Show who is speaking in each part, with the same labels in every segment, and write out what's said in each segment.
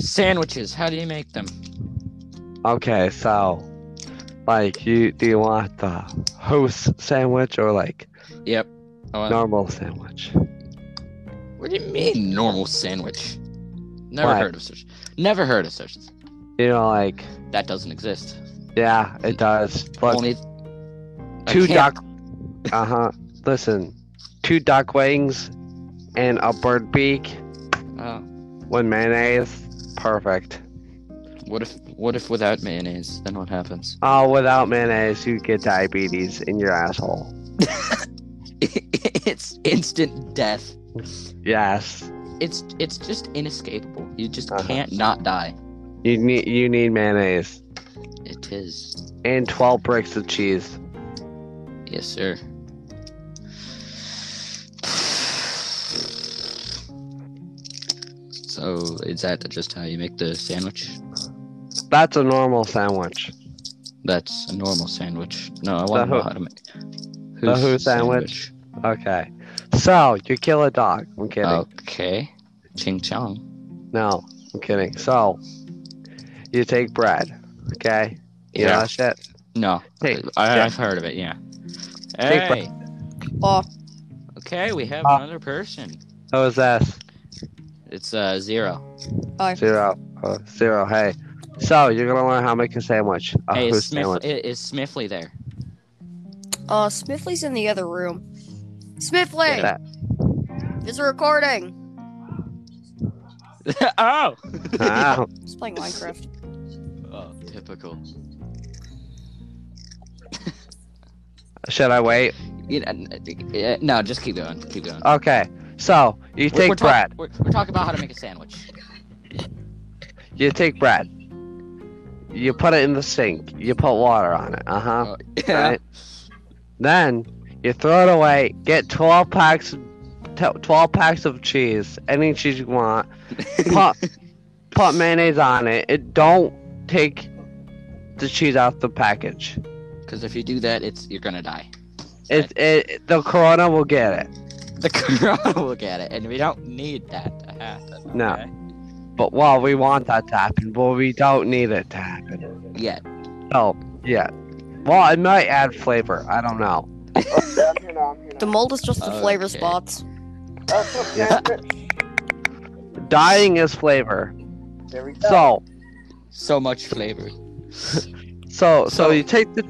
Speaker 1: Sandwiches. How do you make them?
Speaker 2: Okay, so like you do you want the host sandwich or like
Speaker 1: Yep. Oh, I want-
Speaker 2: normal sandwich?
Speaker 1: What do you mean normal sandwich? Never
Speaker 2: Why?
Speaker 1: heard of such. Never heard of such.
Speaker 2: You know, like
Speaker 1: That doesn't exist.
Speaker 2: yeah, it does. But
Speaker 1: Only I
Speaker 2: two
Speaker 1: can't-
Speaker 2: duck uh huh. Listen. Two duck wings and a bird beak
Speaker 1: Oh,
Speaker 2: with mayonnaise. Perfect.
Speaker 1: what if what if without mayonnaise? Then what happens?
Speaker 2: Oh, without mayonnaise you get diabetes in your asshole.
Speaker 1: it's instant death.
Speaker 2: Yes.
Speaker 1: It's it's just inescapable. You just
Speaker 2: Uh-huh.
Speaker 1: can't not die.
Speaker 2: You need you need mayonnaise.
Speaker 1: It is.
Speaker 2: And twelve bricks of cheese.
Speaker 1: Yes, sir. So is that just how you make the sandwich?
Speaker 2: That's a normal sandwich.
Speaker 1: That's a normal sandwich. No, I want to
Speaker 2: The
Speaker 1: know
Speaker 2: who-
Speaker 1: how to make
Speaker 2: the
Speaker 1: who's
Speaker 2: who sandwich? Okay. So you kill a dog. I'm kidding.
Speaker 1: Oh. Okay, ching chong.
Speaker 2: No, I'm kidding. So you take bread. Okay. You know that shit?
Speaker 1: No,
Speaker 2: Hey,
Speaker 1: I,
Speaker 2: yeah.
Speaker 1: I've heard of it. Yeah.
Speaker 2: Take
Speaker 1: Hey.
Speaker 2: Off.
Speaker 1: Okay, we have
Speaker 2: Uh,
Speaker 1: another person.
Speaker 2: What was that?
Speaker 1: It's uh zero.
Speaker 3: uh,
Speaker 2: Zero. Oh, zero. Hey. So you're gonna learn how to make a sandwich. A
Speaker 1: hey,
Speaker 2: uh, who
Speaker 1: is, Smith,
Speaker 2: sandwich.
Speaker 1: i- is Smithley there?
Speaker 3: Uh, Smithley's in the other room. Smithley,
Speaker 2: That-
Speaker 3: it's a recording.
Speaker 1: oh.
Speaker 2: Ow.
Speaker 3: He's playing Minecraft.
Speaker 1: oh. Typical.
Speaker 2: Should I wait?
Speaker 1: You know, uh, no, just keep going. Keep going.
Speaker 2: Okay. So you
Speaker 1: We're-
Speaker 2: take
Speaker 1: we're talk-
Speaker 2: bread.
Speaker 1: We're, we're talking about how to make a sandwich.
Speaker 2: You take bread. You put it in the sink. You put water on it. Uh huh.
Speaker 1: Uh,
Speaker 2: Right. Then you throw it away. Get twelve packs, t- twelve packs of cheese, any cheese you want. Put, put mayonnaise on it. It don't take the cheese out the package.
Speaker 1: Because if you do that, it's you're gonna die.
Speaker 2: It, it the corona will get it.
Speaker 1: The corona will get it, and we don't need that to happen.
Speaker 2: No.
Speaker 1: okay?
Speaker 2: But well, we want that to happen, but we don't need it to happen.
Speaker 1: Yeah.
Speaker 2: So yeah. Well, it might add flavor. I don't know.
Speaker 3: The mold is just the flavor
Speaker 1: Okay.
Speaker 3: spots.
Speaker 4: Oh,
Speaker 2: Yeah. Dying is flavor.
Speaker 4: There we go.
Speaker 2: So
Speaker 1: So much flavor.
Speaker 2: So, so,
Speaker 1: So-
Speaker 2: you take the,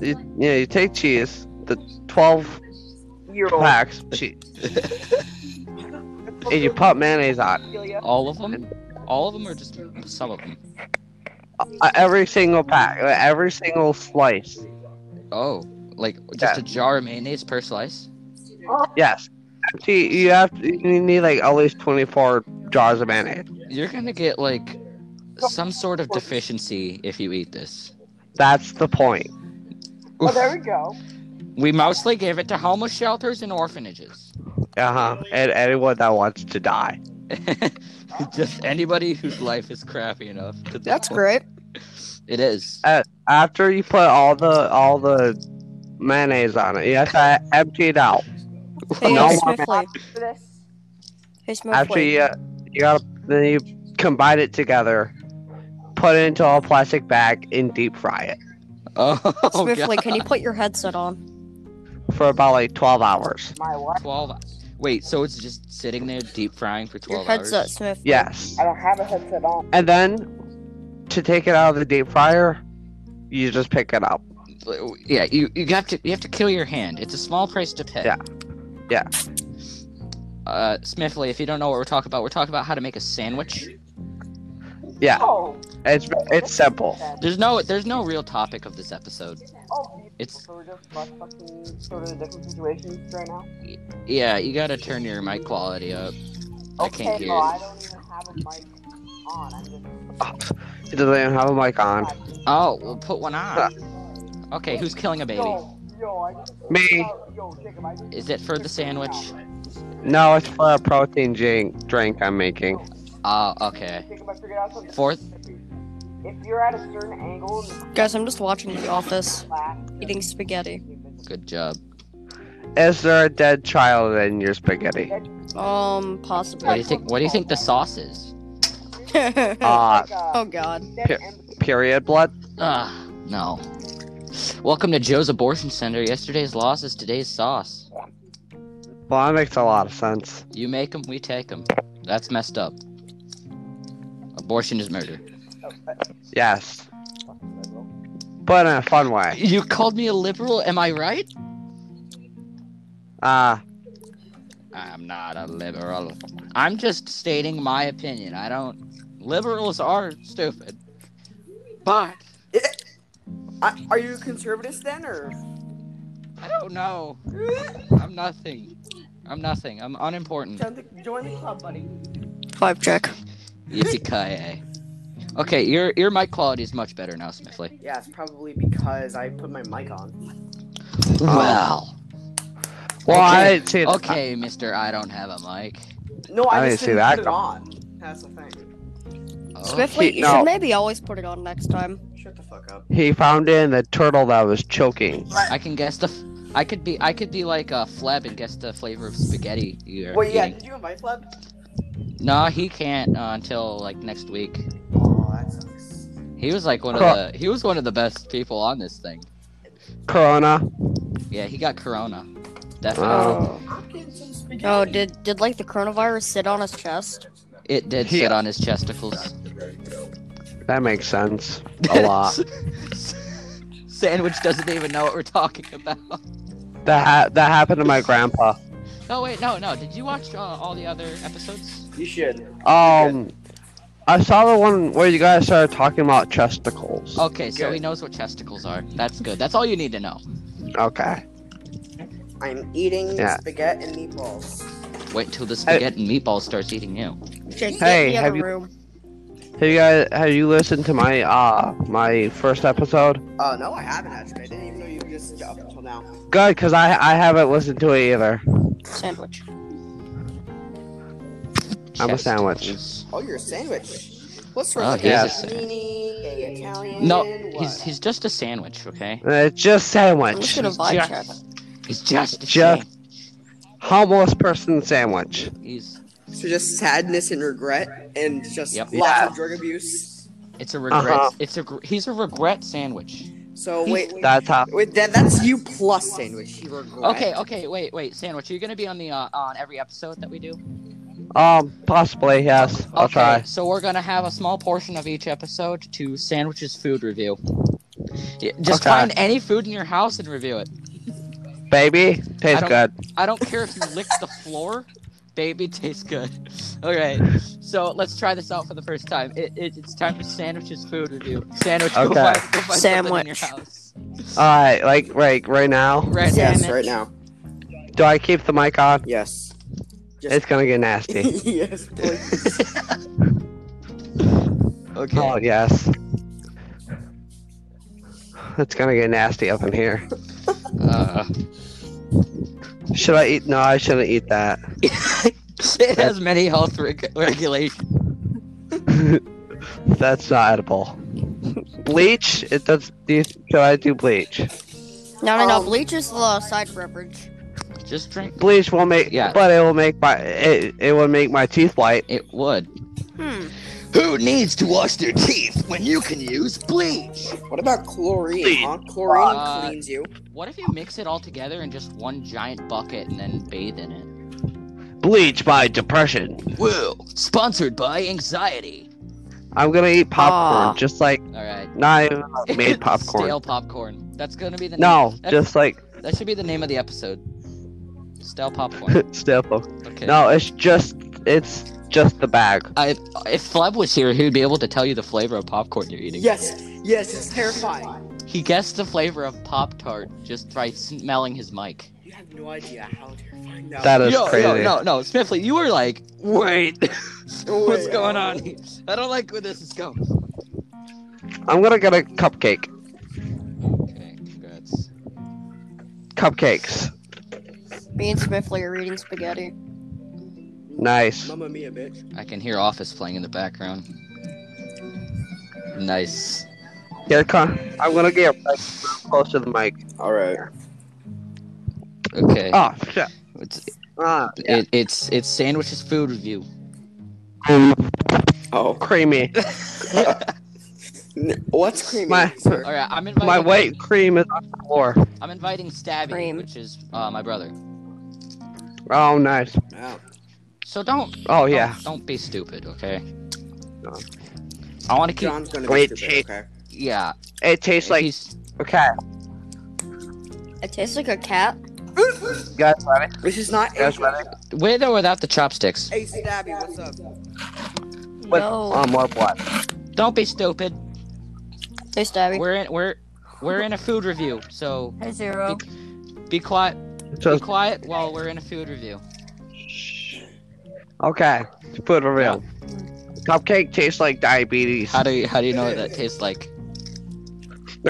Speaker 2: you, yeah, you take cheese, the twelve
Speaker 4: You're
Speaker 2: packs of cheese, and you put mayonnaise on
Speaker 4: Oh,
Speaker 1: All of them? All of them, or just some of them?
Speaker 2: uh, every single pack, uh, every single slice.
Speaker 1: Oh, like just a jar of mayonnaise per slice?
Speaker 2: Yes, See, you have to, you need like at least twenty four jars of mayonnaise.
Speaker 1: You're gonna get like some sort of deficiency if you eat this.
Speaker 2: That's the point.
Speaker 4: Oh, there we go.
Speaker 1: We mostly give it to homeless shelters and orphanages.
Speaker 2: Uh huh. And anyone that wants to die.
Speaker 1: just anybody whose life is crappy enough. to this
Speaker 3: That's
Speaker 1: point.
Speaker 3: great.
Speaker 1: It is.
Speaker 2: After you put all the all the mayonnaise on it, you have to empty it out.
Speaker 3: Hey,
Speaker 2: No,
Speaker 3: uh,
Speaker 2: my
Speaker 3: Smithley.
Speaker 4: For this.
Speaker 3: Hey,
Speaker 2: After
Speaker 3: Smithley.
Speaker 2: you, you gotta then you combine it together, put it into a plastic bag, and deep fry it
Speaker 1: Oh,
Speaker 3: Smithley,
Speaker 1: God.
Speaker 3: can you put your headset on?
Speaker 2: for about like twelve hours.
Speaker 4: My wife.
Speaker 1: 12 Wait, so it's just sitting there deep frying for 12
Speaker 3: Your headset,
Speaker 1: hours?
Speaker 3: Smith.
Speaker 2: Yes,
Speaker 4: I don't have a headset on.
Speaker 2: and then to take it out of the deep fryer, you just pick it up.
Speaker 1: Yeah, you, you have to you have to kill your hand. It's a small price to pay.
Speaker 2: Yeah. Yeah.
Speaker 1: Uh, Smithley, if you don't know what we're talking about, we're talking about how to make a sandwich.
Speaker 2: Yeah,
Speaker 4: Oh.
Speaker 2: it's it's simple.
Speaker 1: There's no there's no real topic of this episode.
Speaker 4: Oh,
Speaker 1: It's
Speaker 4: so we're just like fucking sort of different situations right now.
Speaker 1: yeah, you gotta turn your mic quality up. I
Speaker 4: Okay,
Speaker 1: can't hear.
Speaker 4: no,
Speaker 1: you.
Speaker 4: I don't even have a mic on. I'm just.
Speaker 2: It doesn't even have a mic on.
Speaker 1: Oh, we'll put one on. Okay, who's killing a baby?
Speaker 4: Yo, yo, I just.
Speaker 2: Me.
Speaker 4: Yo, Jacob, I just-
Speaker 1: Is it for the sandwich?
Speaker 2: No, it's for a protein drink drink I'm making.
Speaker 1: Oh, okay.
Speaker 4: Jacob, I figured out something.
Speaker 1: Fourth.
Speaker 4: If you're at a certain angle in the
Speaker 3: Guys, I'm just watching The Office,
Speaker 4: class,
Speaker 3: eating spaghetti.
Speaker 1: Good job.
Speaker 2: Is there a dead child in your spaghetti?
Speaker 1: What do
Speaker 3: Um,
Speaker 1: you
Speaker 3: possibly.
Speaker 1: think? What do you think the sauce is?
Speaker 2: Uh,
Speaker 4: Like, uh,
Speaker 3: oh God.
Speaker 4: dead
Speaker 2: here.
Speaker 4: embryo.
Speaker 2: period blood.
Speaker 1: Ah, no. Welcome to Joe's Abortion Center. Yesterday's loss is today's sauce.
Speaker 2: Well, that makes a lot of sense.
Speaker 1: You make 'em, we take 'em. That's messed up. Abortion is murder.
Speaker 4: Oh, that's
Speaker 2: Yes,
Speaker 4: fucking liberal.
Speaker 2: but in a fun way.
Speaker 1: You called me a liberal, am I right?
Speaker 2: Uh,
Speaker 1: I'm not a liberal. I'm just stating my opinion. I don't. Liberals are stupid. But
Speaker 5: Eh, I, are you conservatives then, or?
Speaker 1: I don't know. I'm nothing. I'm nothing. I'm unimportant.
Speaker 5: Join the, join the club, buddy.
Speaker 3: Pipe check.
Speaker 1: Yippee-ki-yay. Okay, your your mic quality is much better now, Smithley.
Speaker 5: Yeah, it's probably because I put my mic on.
Speaker 1: Wow.
Speaker 2: well, I
Speaker 1: Okay,
Speaker 2: didn't see it.
Speaker 1: Okay, Mister, I don't have a mic.
Speaker 5: No, I,
Speaker 2: I
Speaker 5: just
Speaker 2: didn't see
Speaker 5: didn't
Speaker 2: that
Speaker 5: put it
Speaker 2: come.
Speaker 5: on. That's the thing.
Speaker 1: Oh,
Speaker 3: Swiftly, you
Speaker 2: no.
Speaker 3: should maybe always put it on next time.
Speaker 5: Shut the fuck up.
Speaker 2: He found in the turtle that was choking.
Speaker 1: I can guess the. F- I could be. I could be like a flab and guess the flavor of spaghetti you're
Speaker 5: Wait, yeah,
Speaker 1: eating.
Speaker 5: did you invite Fleb?
Speaker 1: No, he can't uh, until like next week.
Speaker 5: Oh, that sucks.
Speaker 1: He was like one of
Speaker 2: Cor-
Speaker 1: the. He was one of the best people on this thing.
Speaker 2: Corona.
Speaker 1: Yeah, he got corona. Definitely.
Speaker 2: Oh.
Speaker 3: Oh, did did like the coronavirus sit on his chest?
Speaker 1: It did
Speaker 2: He-
Speaker 1: sit on his chesticles.
Speaker 2: That makes sense. A lot.
Speaker 1: Sandwich doesn't even know what we're talking about.
Speaker 2: That ha- that happened to my grandpa.
Speaker 1: No, wait, no, no. Did you watch uh, all the other episodes?
Speaker 5: You should.
Speaker 2: Um, I saw the one where you guys started talking about chesticles.
Speaker 1: Okay, so
Speaker 5: Good.
Speaker 1: he knows what chesticles are. That's good. That's all you need to know.
Speaker 2: Okay.
Speaker 5: I'm eating
Speaker 2: Yeah.
Speaker 5: spaghetti and meatballs.
Speaker 1: Wait till the spaghetti and meatball starts eating you.
Speaker 3: Jake, get
Speaker 2: Hey,
Speaker 3: in the
Speaker 2: have
Speaker 3: other
Speaker 2: you-
Speaker 3: room.
Speaker 2: Have you guys have you listened to my uh my first episode?
Speaker 5: Uh, no, I haven't actually. I didn't even know you were just up until now.
Speaker 2: Good, cause I I haven't listened to it either.
Speaker 3: Sandwich.
Speaker 2: I'm a sandwich.
Speaker 1: Chesticles.
Speaker 5: Oh, you're a sandwich. What sort
Speaker 1: Oh,
Speaker 5: of
Speaker 1: he is a
Speaker 5: Panini, a Italian?
Speaker 1: No,
Speaker 5: what?
Speaker 1: he's he's just a sandwich, okay?
Speaker 2: Uh, It's just
Speaker 3: I'm
Speaker 2: sandwich.
Speaker 3: just gonna vibe
Speaker 1: Jack.
Speaker 3: check.
Speaker 1: He's just a
Speaker 2: Jeff.
Speaker 1: sandwich.
Speaker 2: Homeless person sandwich.
Speaker 1: He's
Speaker 5: So just sadness and regret, and just
Speaker 1: Yep.
Speaker 5: lots of drug abuse.
Speaker 1: it's a regret.
Speaker 2: Uh-huh.
Speaker 1: It's a gr- he's a regret sandwich.
Speaker 5: So wait,
Speaker 2: That's how.
Speaker 5: wait, that, that's you plus sandwich. You regret.
Speaker 1: Okay, okay, wait, wait, sandwich. Are you gonna be on the uh, on every episode that we do?
Speaker 2: Um, possibly yes. I'll
Speaker 1: okay,
Speaker 2: try.
Speaker 1: So we're gonna have a small portion of each episode to sandwiches food review. Yeah, Just
Speaker 2: Okay.
Speaker 1: find any food in your house and review it.
Speaker 2: Baby, tastes
Speaker 1: I
Speaker 2: good.
Speaker 1: I don't care if you lick the floor. Baby, tastes good. All right, so let's try this out for the first time. It, it, it's time for sandwiches food review. Sandwich. Go
Speaker 2: Okay.
Speaker 1: find, go find something in your
Speaker 3: Sandwich.
Speaker 1: house.
Speaker 2: All right, like right right now.
Speaker 1: Right. now.
Speaker 5: Yes,
Speaker 3: Sandwich.
Speaker 5: right now.
Speaker 2: Do I keep the mic on?
Speaker 5: Yes. Just-
Speaker 2: It's gonna get nasty.
Speaker 5: yes, please.
Speaker 1: Okay.
Speaker 2: Oh yes. It's gonna get nasty up in here.
Speaker 1: Uh,
Speaker 2: Should I eat? No, I shouldn't eat that.
Speaker 1: it has many health reg- regulations.
Speaker 2: That's not edible. Bleach? It does. do you- Should I do bleach?
Speaker 3: No, no, no.
Speaker 5: Um,
Speaker 3: Bleach is the side beverage.
Speaker 1: Just drink.
Speaker 2: Bleach will make.
Speaker 1: Yeah.
Speaker 2: But it will make my. It, it will make my teeth white.
Speaker 1: It would.
Speaker 3: Hmm.
Speaker 1: Who needs to wash their teeth when you can use bleach?
Speaker 5: what about chlorine?
Speaker 2: Please.
Speaker 5: Huh? Chlorine
Speaker 1: Uh,
Speaker 5: cleans you.
Speaker 1: What if you mix it all together in just one giant bucket and then bathe in it?
Speaker 2: Bleach my depression.
Speaker 1: Whoa! Sponsored by anxiety.
Speaker 2: I'm gonna eat popcorn,
Speaker 3: Ah.
Speaker 2: just like
Speaker 1: All right.
Speaker 2: not even made popcorn.
Speaker 1: Stale popcorn. That's gonna be the
Speaker 2: No,
Speaker 1: Name. That's,
Speaker 2: just like
Speaker 1: that should be the name of the episode. Stale popcorn.
Speaker 2: stale popcorn.
Speaker 1: Okay.
Speaker 2: No, it's just. It's just the bag.
Speaker 1: I, if Fleb was here, he would be able to tell you the flavor of popcorn you're eating.
Speaker 5: Yes, yes, it's terrifying.
Speaker 1: He guessed the flavor of Pop Tart just by smelling his mic.
Speaker 5: You have no idea how terrifying that.
Speaker 2: That is
Speaker 1: yo,
Speaker 2: crazy.
Speaker 1: yo, no, no, Smithley, you were like, wait, what's
Speaker 5: Wait,
Speaker 1: going
Speaker 5: uh,
Speaker 1: on? here? I don't like where this is going.
Speaker 2: I'm gonna get a cupcake.
Speaker 1: Okay, congrats.
Speaker 2: Cupcakes.
Speaker 3: Me and Smithly are eating spaghetti.
Speaker 2: Nice.
Speaker 5: Mamma mia, bitch.
Speaker 1: I can hear Office playing in the background. Nice.
Speaker 2: Here, come. I'm gonna get like, close to the mic.
Speaker 5: All right.
Speaker 1: Okay.
Speaker 2: Oh shit.
Speaker 1: It's,
Speaker 2: Ah, yeah.
Speaker 1: it, it's it's sandwiches food review.
Speaker 5: Oh,
Speaker 2: Um, creamy.
Speaker 5: n- what's creamy?
Speaker 2: My-
Speaker 5: sir?
Speaker 1: All right, I'm inviting.
Speaker 2: My white cream is on the floor.
Speaker 1: I'm inviting Stabby,
Speaker 3: Cream.
Speaker 1: which is uh, my brother.
Speaker 2: Oh, nice.
Speaker 5: Oh.
Speaker 1: So don't.
Speaker 2: Oh yeah.
Speaker 1: Don't, don't be stupid, okay?
Speaker 2: No.
Speaker 1: I want to keep.
Speaker 5: John's gonna be
Speaker 2: Wait,
Speaker 5: stupid, okay?
Speaker 1: Yeah.
Speaker 2: It tastes like
Speaker 1: he's-
Speaker 2: okay.
Speaker 3: It tastes like a cat.
Speaker 2: Guys, ready?
Speaker 5: This is not
Speaker 2: Guys,
Speaker 5: Asian.
Speaker 2: ready?
Speaker 1: with or without the chopsticks.
Speaker 5: Hey, Stabby, what's up?
Speaker 2: With
Speaker 3: no.
Speaker 1: Uh,
Speaker 2: um, more blood.
Speaker 1: Don't be stupid.
Speaker 3: hey, Stabby.
Speaker 1: We're in. We're. We're in a food review, so
Speaker 3: Hey, Zero.
Speaker 1: be quiet. Be
Speaker 2: So,
Speaker 1: quiet while we're in a food review.
Speaker 2: okay. To put it real. Cupcake tastes like diabetes.
Speaker 1: How do you How do you know what that tastes like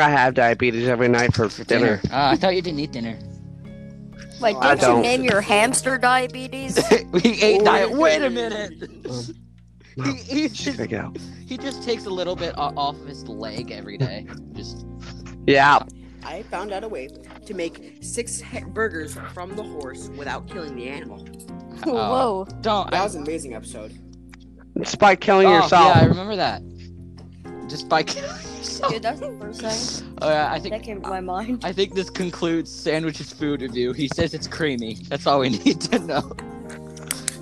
Speaker 2: I have diabetes every night for
Speaker 1: for
Speaker 2: dinner.
Speaker 1: dinner? Ah, I thought you didn't eat dinner.
Speaker 3: Wait,
Speaker 5: I
Speaker 3: did you
Speaker 2: don't.
Speaker 3: name your hamster diabetes?
Speaker 1: we ate
Speaker 2: Oh,
Speaker 5: Ooh.
Speaker 1: diet. Wait a minute.
Speaker 2: Um,
Speaker 1: he, he, just,
Speaker 2: Check it out.
Speaker 1: he just takes a little bit o- off of his leg every day. Just
Speaker 2: Yeah.
Speaker 5: I found out a way to make six he- burgers from the horse without killing the animal.
Speaker 1: Oh.
Speaker 3: Whoa.
Speaker 1: don't.
Speaker 5: That was an amazing episode.
Speaker 2: It's by killing
Speaker 1: oh,
Speaker 2: yourself.
Speaker 1: Yeah, I remember that. Just by killing yourself.
Speaker 3: Dude, that's the first thing
Speaker 1: All right, I
Speaker 3: that
Speaker 1: think
Speaker 3: came to my mind.
Speaker 1: I think this concludes sandwiches food review. He says it's creamy. That's all we need to know.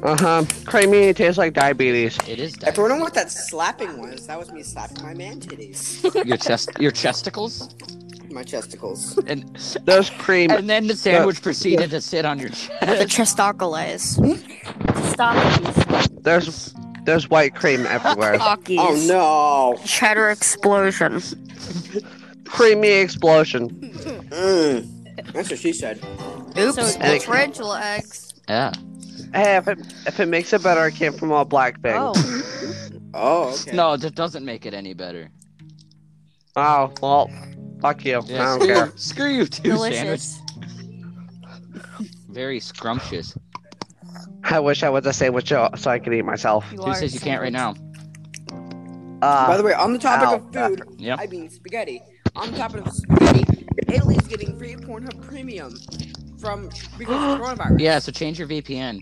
Speaker 2: Uh huh. Creamy. It tastes like diabetes.
Speaker 1: It is
Speaker 5: If
Speaker 1: diet.
Speaker 5: you're wondering what that slapping was, that was me slapping my man titties,
Speaker 1: your chest, your chesticles,
Speaker 5: my chesticles.
Speaker 1: and
Speaker 2: There's cream.
Speaker 1: and then the sandwich proceeded to sit on your
Speaker 3: The
Speaker 1: chest.
Speaker 3: Chestocoles. Stockies.
Speaker 2: There's there's white cream everywhere.
Speaker 3: Stockies.
Speaker 5: Oh no!
Speaker 3: Cheddar explosion.
Speaker 2: Creamy explosion.
Speaker 5: Mm. That's what she said.
Speaker 3: Oops.
Speaker 2: it's And it-
Speaker 3: tarantula eggs.
Speaker 1: Yeah.
Speaker 2: Hey, if it if it makes it better, I came from all black thing.
Speaker 3: Oh.
Speaker 5: Oh, okay.
Speaker 1: No, that doesn't make it any better.
Speaker 2: Oh, well, fuck you.
Speaker 1: Yeah,
Speaker 2: I don't
Speaker 1: screw,
Speaker 2: care.
Speaker 1: screw you too, sandwich.
Speaker 3: Delicious.
Speaker 1: Very scrumptious.
Speaker 2: I wish I was a sandwich so so I could eat myself.
Speaker 3: You
Speaker 1: Who says you can't right now?
Speaker 5: By
Speaker 2: Uh,
Speaker 5: the way, on the topic
Speaker 2: Ow.
Speaker 5: of food,
Speaker 1: Yep.
Speaker 5: I mean spaghetti. On the topic of spaghetti, Italy's getting free Pornhub Premium from because of coronavirus.
Speaker 1: Yeah, so change your VPN.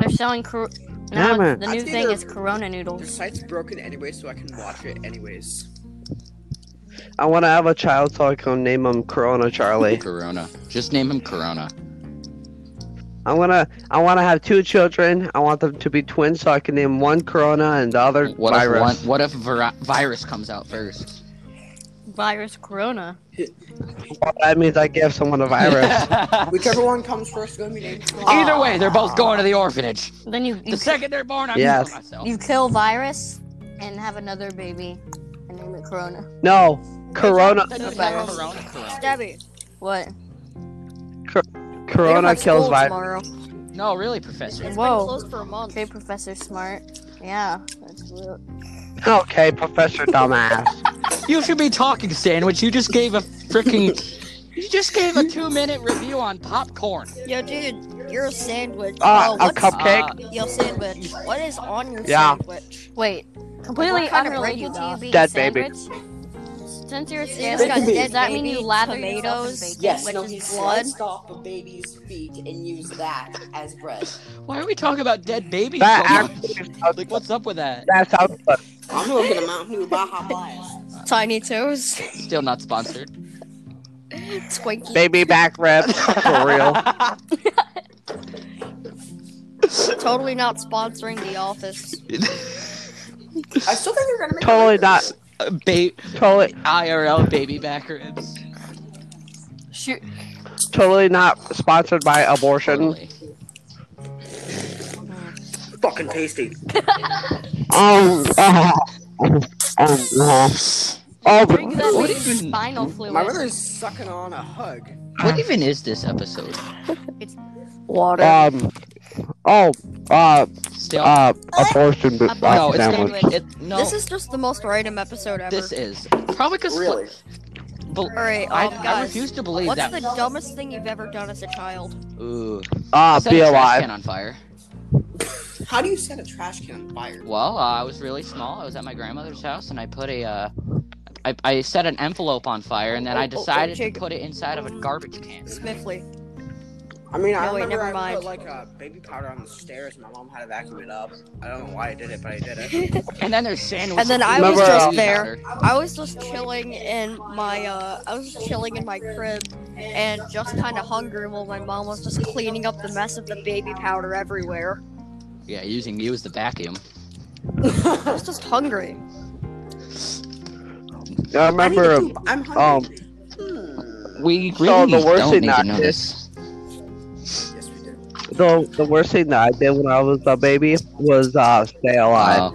Speaker 3: They're selling cor-
Speaker 2: Damn
Speaker 3: now
Speaker 2: it.
Speaker 3: the
Speaker 5: I
Speaker 3: new
Speaker 5: see
Speaker 3: thing
Speaker 5: they're-
Speaker 3: is Corona
Speaker 5: The
Speaker 3: noodles.
Speaker 5: site's broken anyway, so I can watch it anyways.
Speaker 2: I want to have a child so I can name him Corona Charlie.
Speaker 1: Corona. Just name him Corona.
Speaker 2: I wanna, I wanna have two children. I want them to be twins so I can name one Corona and the other
Speaker 1: What
Speaker 2: virus.
Speaker 1: if one, what if vira- virus comes out first?
Speaker 3: Virus Corona.
Speaker 2: That means I give someone a virus.
Speaker 5: Whichever one comes first, is gonna be named.
Speaker 1: Either way, they're both going to the orphanage.
Speaker 3: Then you you,
Speaker 1: The second they're born, I'm
Speaker 2: Yes.
Speaker 1: killing myself.
Speaker 3: you kill virus and have another baby and name it Corona.
Speaker 2: no, Corona,
Speaker 1: That doesn't
Speaker 3: Virus.
Speaker 1: have Corona, Corona.
Speaker 3: Stabby. What?
Speaker 2: Corona kills virus.
Speaker 3: Tomorrow.
Speaker 1: No, really, Professor.
Speaker 3: It's
Speaker 6: Whoa.
Speaker 3: been closed for a month. Okay, Professor Smart. Yeah. That's real.
Speaker 2: Okay, Professor Dumbass.
Speaker 1: You should be talking, Sandwich. You just gave a freaking. You just gave a two-minute review on popcorn.
Speaker 3: Yo, dude, you're a sandwich.
Speaker 2: Ah,
Speaker 3: Oh,
Speaker 2: a cupcake.
Speaker 1: Uh,
Speaker 3: Yo, sandwich. What is on your
Speaker 2: Yeah.
Speaker 3: sandwich?
Speaker 6: Wait, completely
Speaker 3: What kind of radio
Speaker 6: unrelated to you
Speaker 3: dog?
Speaker 6: being
Speaker 2: Dead
Speaker 6: a
Speaker 2: baby.
Speaker 6: sandwich. Since you're a
Speaker 3: Yeah,
Speaker 6: sandwich,
Speaker 3: it's got
Speaker 5: Baby.
Speaker 6: does that mean you
Speaker 3: baby,
Speaker 6: lather
Speaker 3: tomatoes,
Speaker 6: tomatoes?
Speaker 3: Yes,
Speaker 6: Which
Speaker 3: no,
Speaker 6: is
Speaker 3: he blood?
Speaker 5: off the baby's feet and used that as bread.
Speaker 1: Why are we talking about dead babies?
Speaker 2: That
Speaker 1: so much?
Speaker 2: actually sounds,
Speaker 1: like, what's up with that?
Speaker 2: that sounds good.
Speaker 5: I'm looking at Mountain Dew Baja Blast.
Speaker 3: Tiny Toes,
Speaker 1: Still not sponsored.
Speaker 3: Twinkie,
Speaker 2: Baby back ribs for real.
Speaker 3: totally not sponsoring The Office.
Speaker 5: I still think they're gonna make.
Speaker 2: Totally not.
Speaker 1: Ba-
Speaker 2: Totally,
Speaker 1: IRL baby back ribs.
Speaker 3: Shoot,
Speaker 2: totally not sponsored by abortion.
Speaker 1: Totally.
Speaker 5: fucking tasty.
Speaker 2: Oh, oh, oh, oh, oh. Oh,
Speaker 6: Drink that
Speaker 1: What
Speaker 6: baby's
Speaker 1: even-
Speaker 6: spinal fluid.
Speaker 5: My brother's sucking on a hug.
Speaker 1: What even is this episode?
Speaker 3: water.
Speaker 2: um, oh, uh,
Speaker 1: Still,
Speaker 2: uh, abortion. But
Speaker 1: no,
Speaker 2: no,
Speaker 6: Abortion.
Speaker 1: it's
Speaker 6: sandwich.
Speaker 2: sandwich.
Speaker 1: not, it, no.
Speaker 3: This is just the most random episode ever.
Speaker 1: This is probably because
Speaker 5: Really?
Speaker 3: Alright,
Speaker 1: I,
Speaker 3: um,
Speaker 1: I
Speaker 3: guys,
Speaker 1: refuse to believe
Speaker 3: what's
Speaker 1: that.
Speaker 3: the dumbest thing you've ever done as a child?
Speaker 1: Ooh,
Speaker 2: Ah,
Speaker 1: I
Speaker 2: uh,
Speaker 1: set
Speaker 2: be
Speaker 1: a trash can
Speaker 2: alive.
Speaker 1: on fire.
Speaker 5: How do you set a trash can on fire?
Speaker 1: Well, uh, I was really small. I was at my grandmother's house, and I put a, uh, I, I set an envelope on fire, and then
Speaker 3: Oh, oh,
Speaker 1: I
Speaker 3: oh,
Speaker 1: decided to
Speaker 3: Jacob.
Speaker 1: put it inside of a garbage can.
Speaker 3: Smiffly.
Speaker 5: I mean, I
Speaker 3: No, wait,
Speaker 5: remember
Speaker 3: never
Speaker 5: I
Speaker 3: mind.
Speaker 5: put like a baby powder on the stairs. My mom had to vacuum it up. I don't know why I did it, but I did it.
Speaker 1: And then there's sandwiches.
Speaker 3: And then I
Speaker 2: was just
Speaker 3: there. I was just chilling in my uh, I was just chilling in my crib and just kind of hungry while my mom was just cleaning up the mess of the baby powder everywhere.
Speaker 1: Yeah, using you as the vacuum.
Speaker 3: I was just
Speaker 2: I
Speaker 3: hungry.
Speaker 5: I need
Speaker 2: remember
Speaker 5: a
Speaker 2: a
Speaker 5: poop. I'm hungry.
Speaker 1: We really
Speaker 2: So the worst
Speaker 1: don't
Speaker 2: thing
Speaker 1: need
Speaker 2: that
Speaker 1: to know this.
Speaker 5: Hmm. Yes, we did.
Speaker 2: the the worst thing that I did when I was a baby was uh stay
Speaker 1: Uh,
Speaker 2: alive.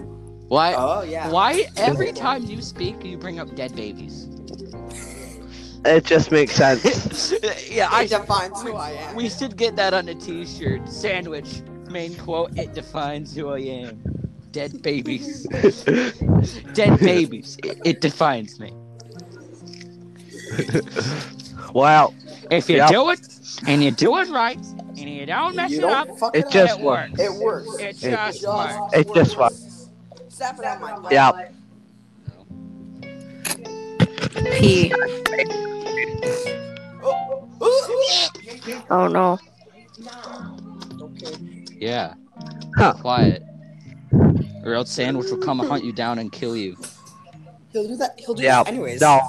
Speaker 1: why?
Speaker 5: Oh yeah.
Speaker 1: Why every time you speak, you bring up dead babies?
Speaker 2: It just makes sense.
Speaker 1: yeah, I.
Speaker 5: It defines who I am.
Speaker 1: We should get that on a T-shirt. Sandwich main quote. It defines who I am. Dead babies. dead babies. It, it defines me.
Speaker 2: wow,
Speaker 1: If you
Speaker 2: Yep.
Speaker 1: do it, and you do it right, and you don't mess
Speaker 5: you
Speaker 1: it
Speaker 5: don't
Speaker 1: up,
Speaker 5: fuck
Speaker 2: it
Speaker 5: up.
Speaker 2: just
Speaker 1: it
Speaker 2: works.
Speaker 1: works.
Speaker 5: It works.
Speaker 1: It
Speaker 2: It
Speaker 1: just works.
Speaker 5: just
Speaker 2: It just
Speaker 5: works. Slap it out Oh my butt.
Speaker 2: Yeah.
Speaker 3: Pee. Oh no.
Speaker 1: Yeah.
Speaker 2: Huh.
Speaker 1: Quiet. Or else Sandwich will come and hunt you down and kill you.
Speaker 5: He'll do that. He'll do
Speaker 2: Yeah.
Speaker 5: that anyways.
Speaker 2: no,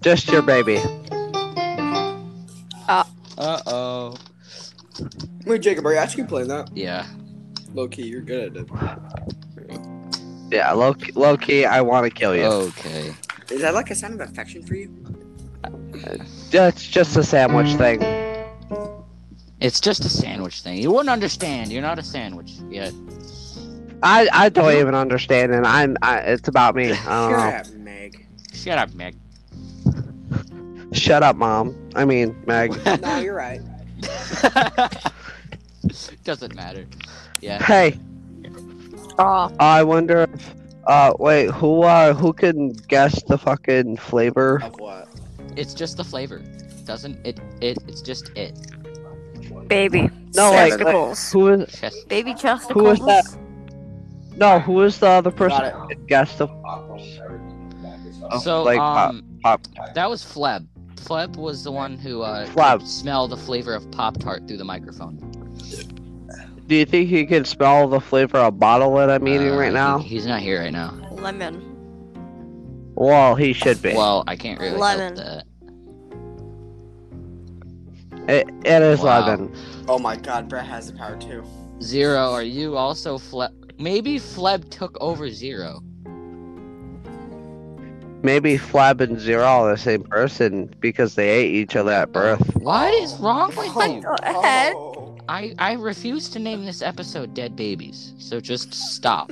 Speaker 2: just your baby.
Speaker 1: Uh oh.
Speaker 5: Wait, Jacob, are you actually playing that?
Speaker 1: Yeah.
Speaker 5: Low key, you're good at it.
Speaker 2: Yeah, low low key, I want to kill you.
Speaker 5: Oh.
Speaker 1: Okay.
Speaker 5: Is that like a sign of affection for you?
Speaker 2: That's just a sandwich thing.
Speaker 1: It's just a sandwich thing. You wouldn't understand. You're not a sandwich yet.
Speaker 2: I I don't even understand, and I'm I, it's about me. I don't know.
Speaker 5: Shut up, Meg.
Speaker 1: Shut up, Meg.
Speaker 2: Shut up, mom. I mean, Meg.
Speaker 5: no, you're right.
Speaker 1: Doesn't matter. Yeah.
Speaker 2: Hey,
Speaker 3: Ah,
Speaker 2: I wonder if uh wait who uh who can guess the fucking flavor?
Speaker 5: Of what?
Speaker 1: It's just the flavor. Doesn't it? It. It's just it.
Speaker 6: Baby.
Speaker 2: No, like, like,
Speaker 6: Chesticles.
Speaker 2: who is
Speaker 1: Chest.
Speaker 6: Baby chesticles.
Speaker 2: Who was that? no who is the other
Speaker 5: Got
Speaker 2: person
Speaker 5: it.
Speaker 2: who can guess the Oh,
Speaker 1: So
Speaker 2: like pop-
Speaker 1: um,
Speaker 2: pop-
Speaker 1: that was Fleb. Fleb was the one who uh could
Speaker 2: Fleb.
Speaker 1: smell the flavor of Pop Tart through the microphone.
Speaker 2: Do you think he can smell the flavor of bottle that I'm eating
Speaker 1: Uh,
Speaker 2: right now?
Speaker 1: he- he's not here right now.
Speaker 3: lemon.
Speaker 2: Well, he should be.
Speaker 1: Well, I can't really help
Speaker 3: Lemon.
Speaker 1: that.
Speaker 2: it, it is
Speaker 1: Wow.
Speaker 2: lemon.
Speaker 5: Oh my God, Brett has the power too.
Speaker 1: Zero, are you also Fleb? Maybe Fleb took over Zero.
Speaker 2: Maybe Flab and Zero are the same person because they ate each other at birth.
Speaker 1: What is wrong with
Speaker 5: Oh.
Speaker 1: you?
Speaker 6: Go ahead.
Speaker 5: Oh.
Speaker 1: I, I refuse to name this episode Dead Babies, so just stop.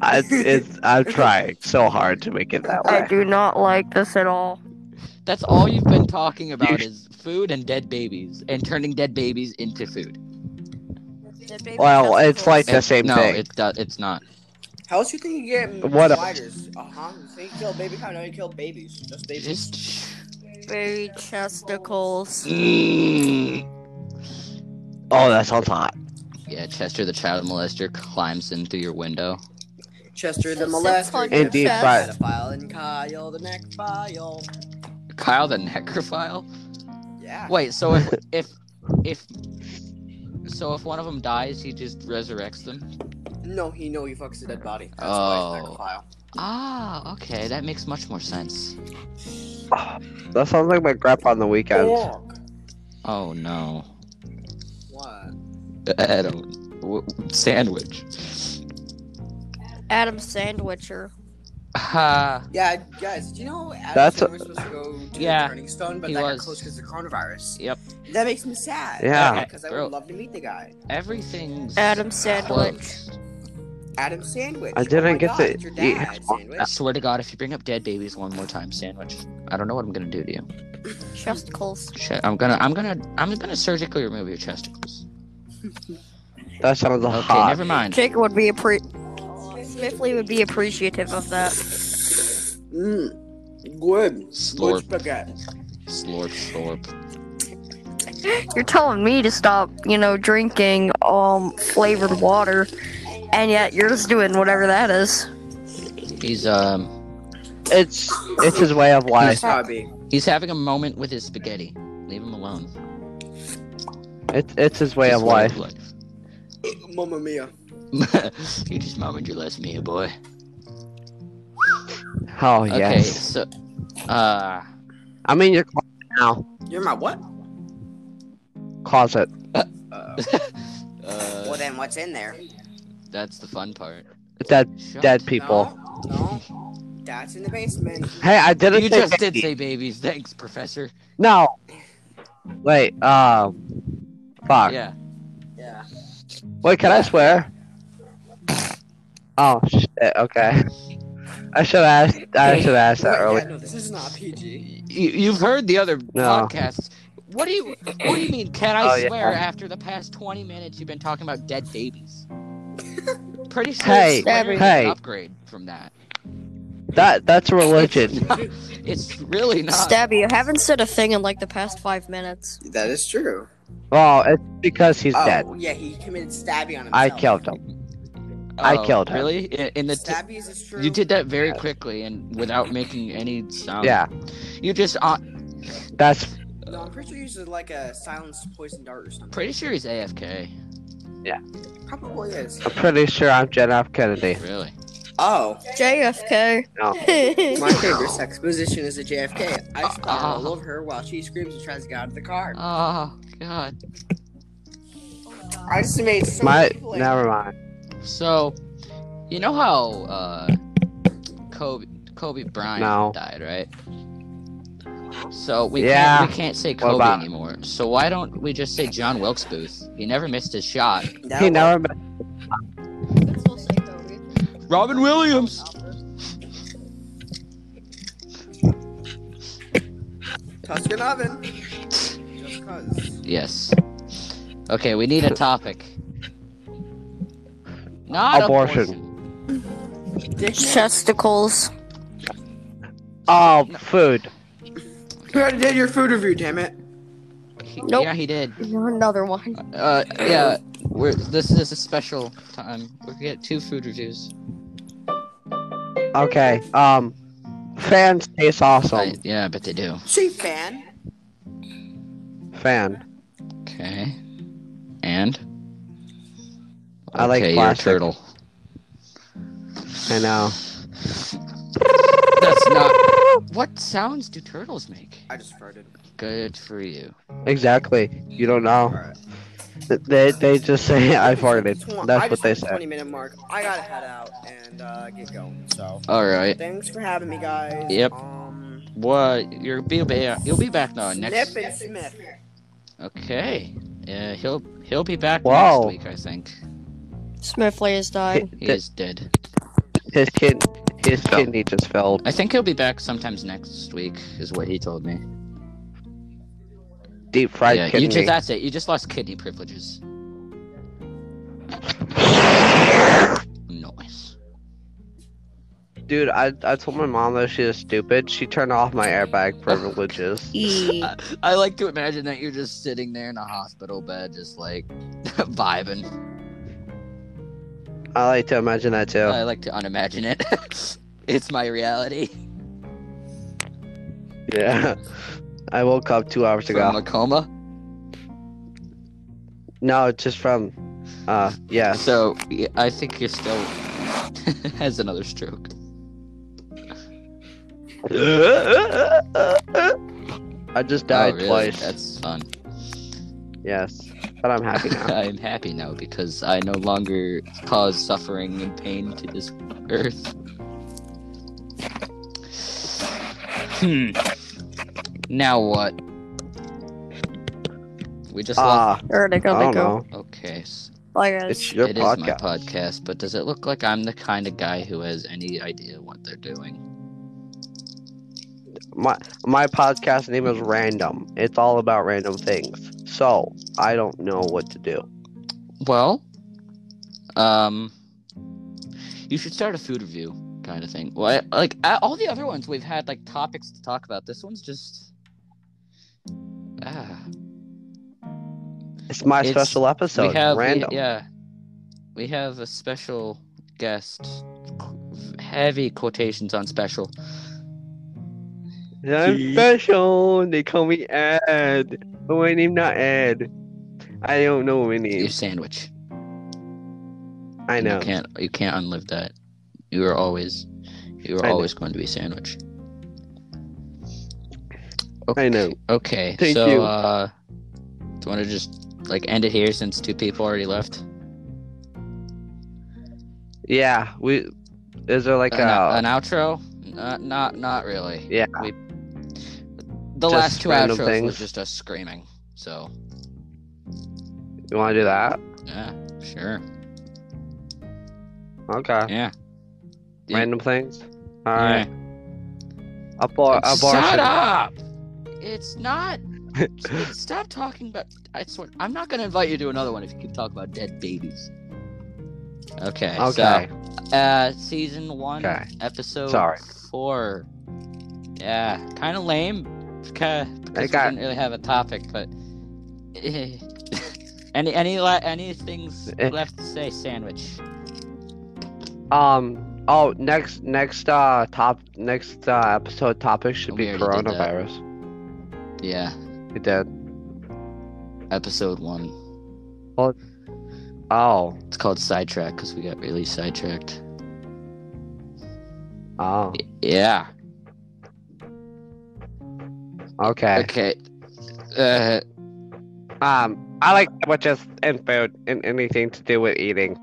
Speaker 2: I, it's, I'm trying so hard to make it that way.
Speaker 6: do not like this at all.
Speaker 1: That's all you've been talking about is food and dead babies and turning dead babies into food.
Speaker 2: Well, it's like the
Speaker 1: It-
Speaker 2: same
Speaker 1: no,
Speaker 2: thing.
Speaker 1: it does. it's not.
Speaker 5: How else you think you get
Speaker 2: What a-
Speaker 5: spiders? Uh huh. You think you killed baby cow? No, you killed babies. Just babies.
Speaker 1: Just
Speaker 3: baby chesticles.
Speaker 1: Mm.
Speaker 2: Oh, that sounds hot.
Speaker 1: Yeah, Chester the child molester climbs in through your window.
Speaker 5: Chester the
Speaker 3: Sits
Speaker 5: molester.
Speaker 3: on
Speaker 2: your Indeed, chest. but-
Speaker 5: Pedophile and Kyle the neck file.
Speaker 1: Kyle the necrophile.
Speaker 5: Yeah.
Speaker 1: Wait, so if if if so if one of them dies, he just resurrects them.
Speaker 5: No, he know he fucks a dead body. That's
Speaker 1: Oh.
Speaker 5: why
Speaker 1: Ah, okay, that makes much more sense.
Speaker 2: That sounds like my grandpa on the
Speaker 5: he's a
Speaker 2: weekends.
Speaker 5: necrophile.
Speaker 1: Oh no,
Speaker 5: What?
Speaker 1: Adam, w- sandwich.
Speaker 3: Adam Sandwicher.
Speaker 1: Ha.
Speaker 5: Yeah, guys, do you know Adam
Speaker 2: That's a-
Speaker 5: Sandler was supposed to go to
Speaker 1: Yeah,
Speaker 5: the Turning Stone, but
Speaker 1: he
Speaker 5: that got
Speaker 1: was.
Speaker 5: closed because of coronavirus.
Speaker 1: Yep.
Speaker 5: That makes me sad.
Speaker 2: Yeah.
Speaker 5: Because I
Speaker 1: Bro.
Speaker 5: would love to meet the guy.
Speaker 1: Everything's
Speaker 3: Adam Sandwich.
Speaker 1: close.
Speaker 5: Adam Sandwich.
Speaker 2: I didn't
Speaker 5: oh my
Speaker 2: get
Speaker 5: God,
Speaker 2: to
Speaker 5: it's your
Speaker 2: eat-
Speaker 5: dad, Sandwich.
Speaker 1: I swear to God, if you bring up dead babies one more time, sandwich, I don't know what I'm gonna do to you.
Speaker 3: Chesticles.
Speaker 1: Shit, I'm gonna, I'm gonna, I'm gonna surgically remove your chesticles.
Speaker 2: That sounds
Speaker 1: Okay,
Speaker 2: hot.
Speaker 1: never mind.
Speaker 3: Jacob would be appre. Smithley would be appreciative of that.
Speaker 5: Mm. Good. Good
Speaker 1: Slurp,
Speaker 5: spaghetti.
Speaker 1: slurp, slurp.
Speaker 6: You're telling me to stop, you know, drinking um flavored water, and yet you're just doing whatever that is.
Speaker 1: He's um,
Speaker 2: It's it's his way of life.
Speaker 5: Hobby.
Speaker 1: he's having a moment with his spaghetti. Leave him alone.
Speaker 2: It's it's his way
Speaker 1: His
Speaker 2: of life.
Speaker 5: Mamma mia.
Speaker 1: you just mumbled your last meal, boy.
Speaker 2: Oh
Speaker 1: Okay,
Speaker 2: yes.
Speaker 1: so, uh,
Speaker 2: I mean your closet now.
Speaker 5: You're my what?
Speaker 2: Closet.
Speaker 5: Uh, well
Speaker 1: uh,
Speaker 5: then, what's in there?
Speaker 1: that's the fun part.
Speaker 2: Dead
Speaker 1: Shut-
Speaker 2: dead people.
Speaker 5: No, no. That's in the basement.
Speaker 2: Hey, I didn't
Speaker 1: You
Speaker 2: say
Speaker 1: just did
Speaker 2: baby.
Speaker 1: say babies. Thanks, Professor.
Speaker 2: No. Wait, um fuck.
Speaker 1: Yeah.
Speaker 5: Yeah.
Speaker 2: Wait, can I swear? Oh shit, okay. I should ask I should ask that
Speaker 5: Wait,
Speaker 2: earlier.
Speaker 5: yeah, no, this is not PG.
Speaker 1: You, you've heard the other
Speaker 2: No.
Speaker 1: podcasts. What do you What do you mean? Can I
Speaker 2: Oh, yeah.
Speaker 1: swear? After the past twenty minutes, you've been talking about dead babies. Pretty sure
Speaker 2: Hey,
Speaker 1: swearing is
Speaker 2: hey.
Speaker 1: an upgrade from that.
Speaker 2: That that's a religion.
Speaker 1: It's really
Speaker 2: Uh,
Speaker 1: not.
Speaker 3: Stabby, you haven't said a thing in like the past five minutes.
Speaker 5: That is true.
Speaker 2: well, it's because he's
Speaker 5: oh,
Speaker 2: dead.
Speaker 5: yeah, he committed stabbing on himself.
Speaker 2: I killed him. I
Speaker 1: Oh,
Speaker 2: killed her.
Speaker 1: Really? In, in the t-
Speaker 5: Stabbies is true.
Speaker 1: you did that very quickly and without making any
Speaker 5: Oh.
Speaker 1: sound.
Speaker 2: yeah.
Speaker 1: You just. Uh,
Speaker 2: That's
Speaker 5: No, I'm pretty sure he used like a silenced poison dart or something.
Speaker 1: pretty sure he's AFK.
Speaker 5: Probably is.
Speaker 2: I'm pretty sure I'm Jen F. Kennedy.
Speaker 1: Really?
Speaker 5: Oh,
Speaker 3: JFK.
Speaker 2: No.
Speaker 5: my favorite sex position is a JFK. I spy
Speaker 1: Ah.
Speaker 5: all over her while she screams and tries to get out of the car.
Speaker 1: Oh God.
Speaker 5: I just made so
Speaker 2: My
Speaker 5: many people like-
Speaker 2: never mind.
Speaker 1: So, you know how uh, Kobe Kobe Bryant
Speaker 2: No.
Speaker 1: died, right? So we
Speaker 2: Yeah.
Speaker 1: can't, we can't say
Speaker 2: What
Speaker 1: Kobe
Speaker 2: about-
Speaker 1: anymore. So why don't we just say John Wilkes Booth? He never missed his shot.
Speaker 5: That
Speaker 2: He
Speaker 5: was-
Speaker 2: never met
Speaker 1: Robin Williams.
Speaker 5: Tuscan oven. Just cause.
Speaker 1: Yes. Okay, we need a topic. Not
Speaker 2: Abortion.
Speaker 6: Chesticles.
Speaker 2: Oh food.
Speaker 5: You already did your food review, damn it.
Speaker 1: He-
Speaker 6: Nope.
Speaker 1: Yeah, he did.
Speaker 6: Another one.
Speaker 1: Uh, yeah. We're this is a special time. We get two food reviews.
Speaker 2: Okay. Um fans taste awesome.
Speaker 1: I- yeah, I bet they do.
Speaker 5: She fan.
Speaker 2: Fan.
Speaker 1: Okay. And
Speaker 2: I like
Speaker 1: okay, you're a
Speaker 2: plastic.
Speaker 1: turtle.
Speaker 2: I know.
Speaker 1: That's not. What sounds do turtles make?
Speaker 5: I just farted.
Speaker 1: Good for you.
Speaker 2: Exactly. You don't know.
Speaker 5: Alright.
Speaker 2: They they just say I farted.
Speaker 5: Twen- I
Speaker 2: That's what
Speaker 5: just
Speaker 2: they
Speaker 5: hit the
Speaker 2: say.
Speaker 5: 20 minute mark. I gotta head out and uh, get going. So
Speaker 1: All right.
Speaker 5: thanks for having me, guys.
Speaker 1: Yep.
Speaker 5: Um,
Speaker 1: What? You're be ba- you'll be back now next.
Speaker 5: Snip and Smith.
Speaker 1: Okay. Yeah, he'll he'll be back
Speaker 2: Wow.
Speaker 1: next week, I think.
Speaker 3: Smithley has died.
Speaker 1: He
Speaker 2: Th-
Speaker 1: is dead.
Speaker 2: His kid his kidney just failed.
Speaker 1: I think he'll be back sometimes next week, is what he told me.
Speaker 2: Deep fried
Speaker 1: yeah, you just,
Speaker 2: kidney.
Speaker 1: that's it. You just lost kidney privileges. Noise.
Speaker 2: Dude, I I told my mom that she was stupid. She turned off my airbag privileges.
Speaker 6: E.
Speaker 1: I like to imagine that you're just sitting there in a hospital bed, just like vibing.
Speaker 2: I like to imagine that too.
Speaker 1: I like to unimagine it. it's my reality.
Speaker 2: Yeah. I woke up two hours ago.
Speaker 1: From a coma.
Speaker 2: No, just from, uh, yeah.
Speaker 1: So yeah, I think you're still has another stroke.
Speaker 2: I just died
Speaker 1: Oh, really?
Speaker 2: twice.
Speaker 1: That's fun.
Speaker 2: Yes, but I'm happy now.
Speaker 1: I'm happy now because I no longer cause suffering and pain to this earth. Hmm. Now what? We just lost.
Speaker 2: Ah,
Speaker 6: Where they
Speaker 2: I
Speaker 6: go?
Speaker 2: don't
Speaker 6: They go.
Speaker 2: know.
Speaker 1: Okay, s-
Speaker 6: Bye, guys.
Speaker 2: It's your
Speaker 1: it is my
Speaker 2: podcast.
Speaker 1: podcast, but does it look like I'm the kind of guy who has any idea what they're doing?
Speaker 2: My, my podcast name is Random. It's all about random things. So I don't know what to do.
Speaker 1: Well, um, you should start a food review kind of thing. Well, I, like a- all the other ones, we've had like topics to talk about. This one's just ah.
Speaker 2: It's my
Speaker 1: It's-
Speaker 2: special episode.
Speaker 1: we have we-
Speaker 2: random.
Speaker 1: yeah we have a special guest heavy quotations on special
Speaker 2: I'm special. They call me Ed. Oh, My name not Ed. I don't know my name.
Speaker 1: Your sandwich.
Speaker 2: I know.
Speaker 1: You can't you can't unlive that. You are always you are
Speaker 2: I know.
Speaker 1: always going to be sandwich.
Speaker 2: I know.
Speaker 1: Okay.
Speaker 2: Thank
Speaker 1: so
Speaker 2: you.
Speaker 1: uh do you wanna just like end it here since two people already left?
Speaker 2: Yeah. We. Is there like
Speaker 1: an,
Speaker 2: a?
Speaker 1: an outro? Not not not really.
Speaker 2: Yeah.
Speaker 1: We, the
Speaker 2: Just
Speaker 1: last two
Speaker 2: random
Speaker 1: outros
Speaker 2: things.
Speaker 1: was just us screaming. So
Speaker 2: you want to do that?
Speaker 1: yeah, sure.
Speaker 2: Okay.
Speaker 1: Yeah. Yeah.
Speaker 2: Random things. Uh, All right. Abor-
Speaker 1: Yeah. Shut
Speaker 2: abortion.
Speaker 1: up! It's not. Stop talking about. I swear, I'm not gonna invite you to another one if you keep talking about dead babies. Okay.
Speaker 2: Okay.
Speaker 1: So, uh, season one,
Speaker 2: Okay.
Speaker 1: episode
Speaker 2: Sorry.
Speaker 1: four. Yeah, kind of lame. Because we
Speaker 2: got-
Speaker 1: didn't really have a topic, but any any la- any things
Speaker 2: Eh.
Speaker 1: left to say? Sandwich.
Speaker 2: um. Oh, next next uh top next uh episode topic should
Speaker 1: We
Speaker 2: be
Speaker 1: already did that.
Speaker 2: coronavirus.
Speaker 1: Yeah,
Speaker 2: It did.
Speaker 1: episode one.
Speaker 2: Oh.
Speaker 1: It's called sidetrack because we got really sidetracked.
Speaker 2: Oh.
Speaker 1: Yeah.
Speaker 2: Okay.
Speaker 1: Okay. Uh,
Speaker 2: Um. I like sandwiches and food and anything to do with eating.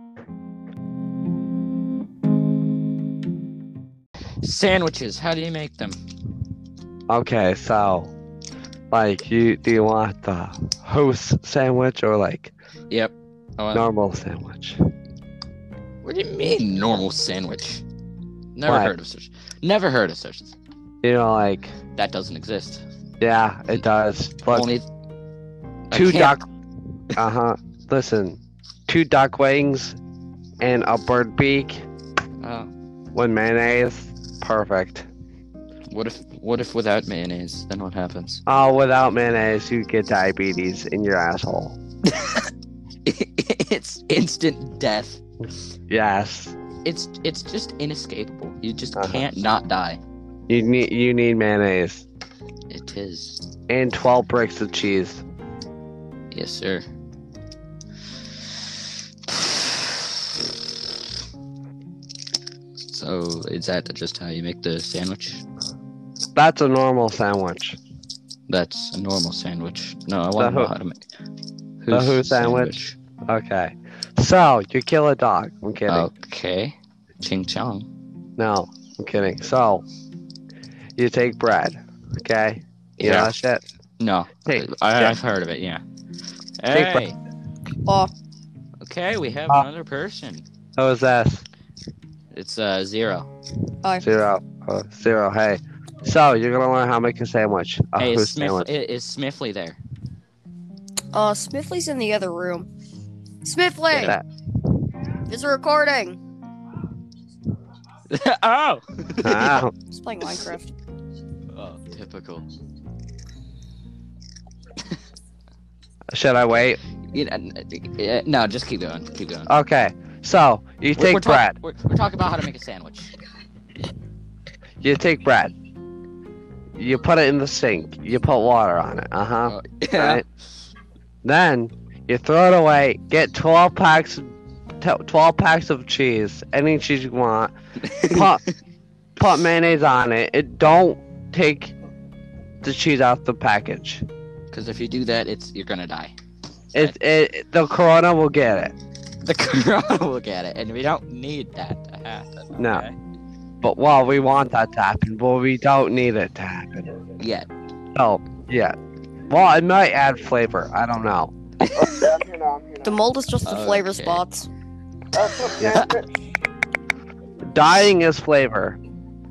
Speaker 1: sandwiches. How do you make them?
Speaker 2: Okay, so like you do you want the host sandwich or like
Speaker 1: Yep. Oh, I want-
Speaker 2: normal sandwich?
Speaker 1: What do you mean normal sandwich? Never
Speaker 2: What?
Speaker 1: heard of such. Never heard of such. a thing.
Speaker 2: You know, like
Speaker 1: That doesn't exist.
Speaker 2: yeah, it does. But
Speaker 1: Only I
Speaker 2: two
Speaker 1: can't-
Speaker 2: duck uh huh. Listen. Two duck wings and a bird beak
Speaker 1: Oh,
Speaker 2: with mayonnaise. Perfect.
Speaker 1: what if? What if without mayonnaise? Then what happens?
Speaker 2: Oh, without mayonnaise you get diabetes in your asshole.
Speaker 1: it's instant death.
Speaker 2: Yes.
Speaker 1: It's it's just inescapable. You just
Speaker 2: Uh-huh.
Speaker 1: can't not die.
Speaker 2: You need you need mayonnaise.
Speaker 1: It is.
Speaker 2: And twelve bricks of cheese.
Speaker 1: Yes, sir. So is that just how you make the sandwich?
Speaker 2: That's a normal sandwich.
Speaker 1: That's a normal sandwich. No, I want to
Speaker 2: who-
Speaker 1: know how to make
Speaker 2: the
Speaker 1: who's
Speaker 2: who sandwich? Okay. So you kill a dog. I'm kidding.
Speaker 1: Oh. Okay, ching chong.
Speaker 2: No, I'm kidding. So, you take bread, okay? You know that shit?
Speaker 1: No,
Speaker 2: Hey,
Speaker 1: I,
Speaker 2: yeah.
Speaker 1: I've heard of it. Yeah.
Speaker 2: Take
Speaker 1: Hey.
Speaker 3: Oh.
Speaker 1: Okay, we have
Speaker 2: Uh,
Speaker 1: another person.
Speaker 2: What was that?
Speaker 1: It's uh zero.
Speaker 2: Zero. Oh, zero. Hey. So, you're going to learn how to make a sandwich. A
Speaker 1: hey,
Speaker 2: who
Speaker 1: is, Smith,
Speaker 2: Ah, sandwich.
Speaker 1: i- is Smithley there?
Speaker 3: Uh, Smithley's in the other room. Smithley,
Speaker 2: That-
Speaker 3: it's a recording.
Speaker 1: oh.
Speaker 2: Ow.
Speaker 3: It's playing Minecraft.
Speaker 1: Oh, typical.
Speaker 2: Should I wait?
Speaker 1: You know, n- yeah, no, just keep going. Keep going.
Speaker 2: Okay. So, you
Speaker 1: We're-
Speaker 2: take
Speaker 1: we're talk-
Speaker 2: bread.
Speaker 1: we're, we're talking about how to make a sandwich.
Speaker 2: You take bread. You put it in the sink. You put water on it. Uh huh. Right? Then you throw it away. Get twelve packs, t- twelve packs of cheese, any cheese you want. Put put mayonnaise on it. It don't take the cheese out the package.
Speaker 1: Because if you do that, it's you're gonna die.
Speaker 2: It, it the corona will get it.
Speaker 1: The corona will get it, and we don't need that to happen.
Speaker 2: No.
Speaker 1: okay?
Speaker 2: But well, we want that to happen, but we don't need it to happen.
Speaker 1: Yeah.
Speaker 2: So yeah. Well, it might add flavor. I don't know.
Speaker 4: Okay, I'm here now, I'm here
Speaker 3: The
Speaker 4: now.
Speaker 3: mold is just the flavor
Speaker 1: Okay.
Speaker 3: spots.
Speaker 4: Uh, so-
Speaker 2: Yeah. Dying is flavor.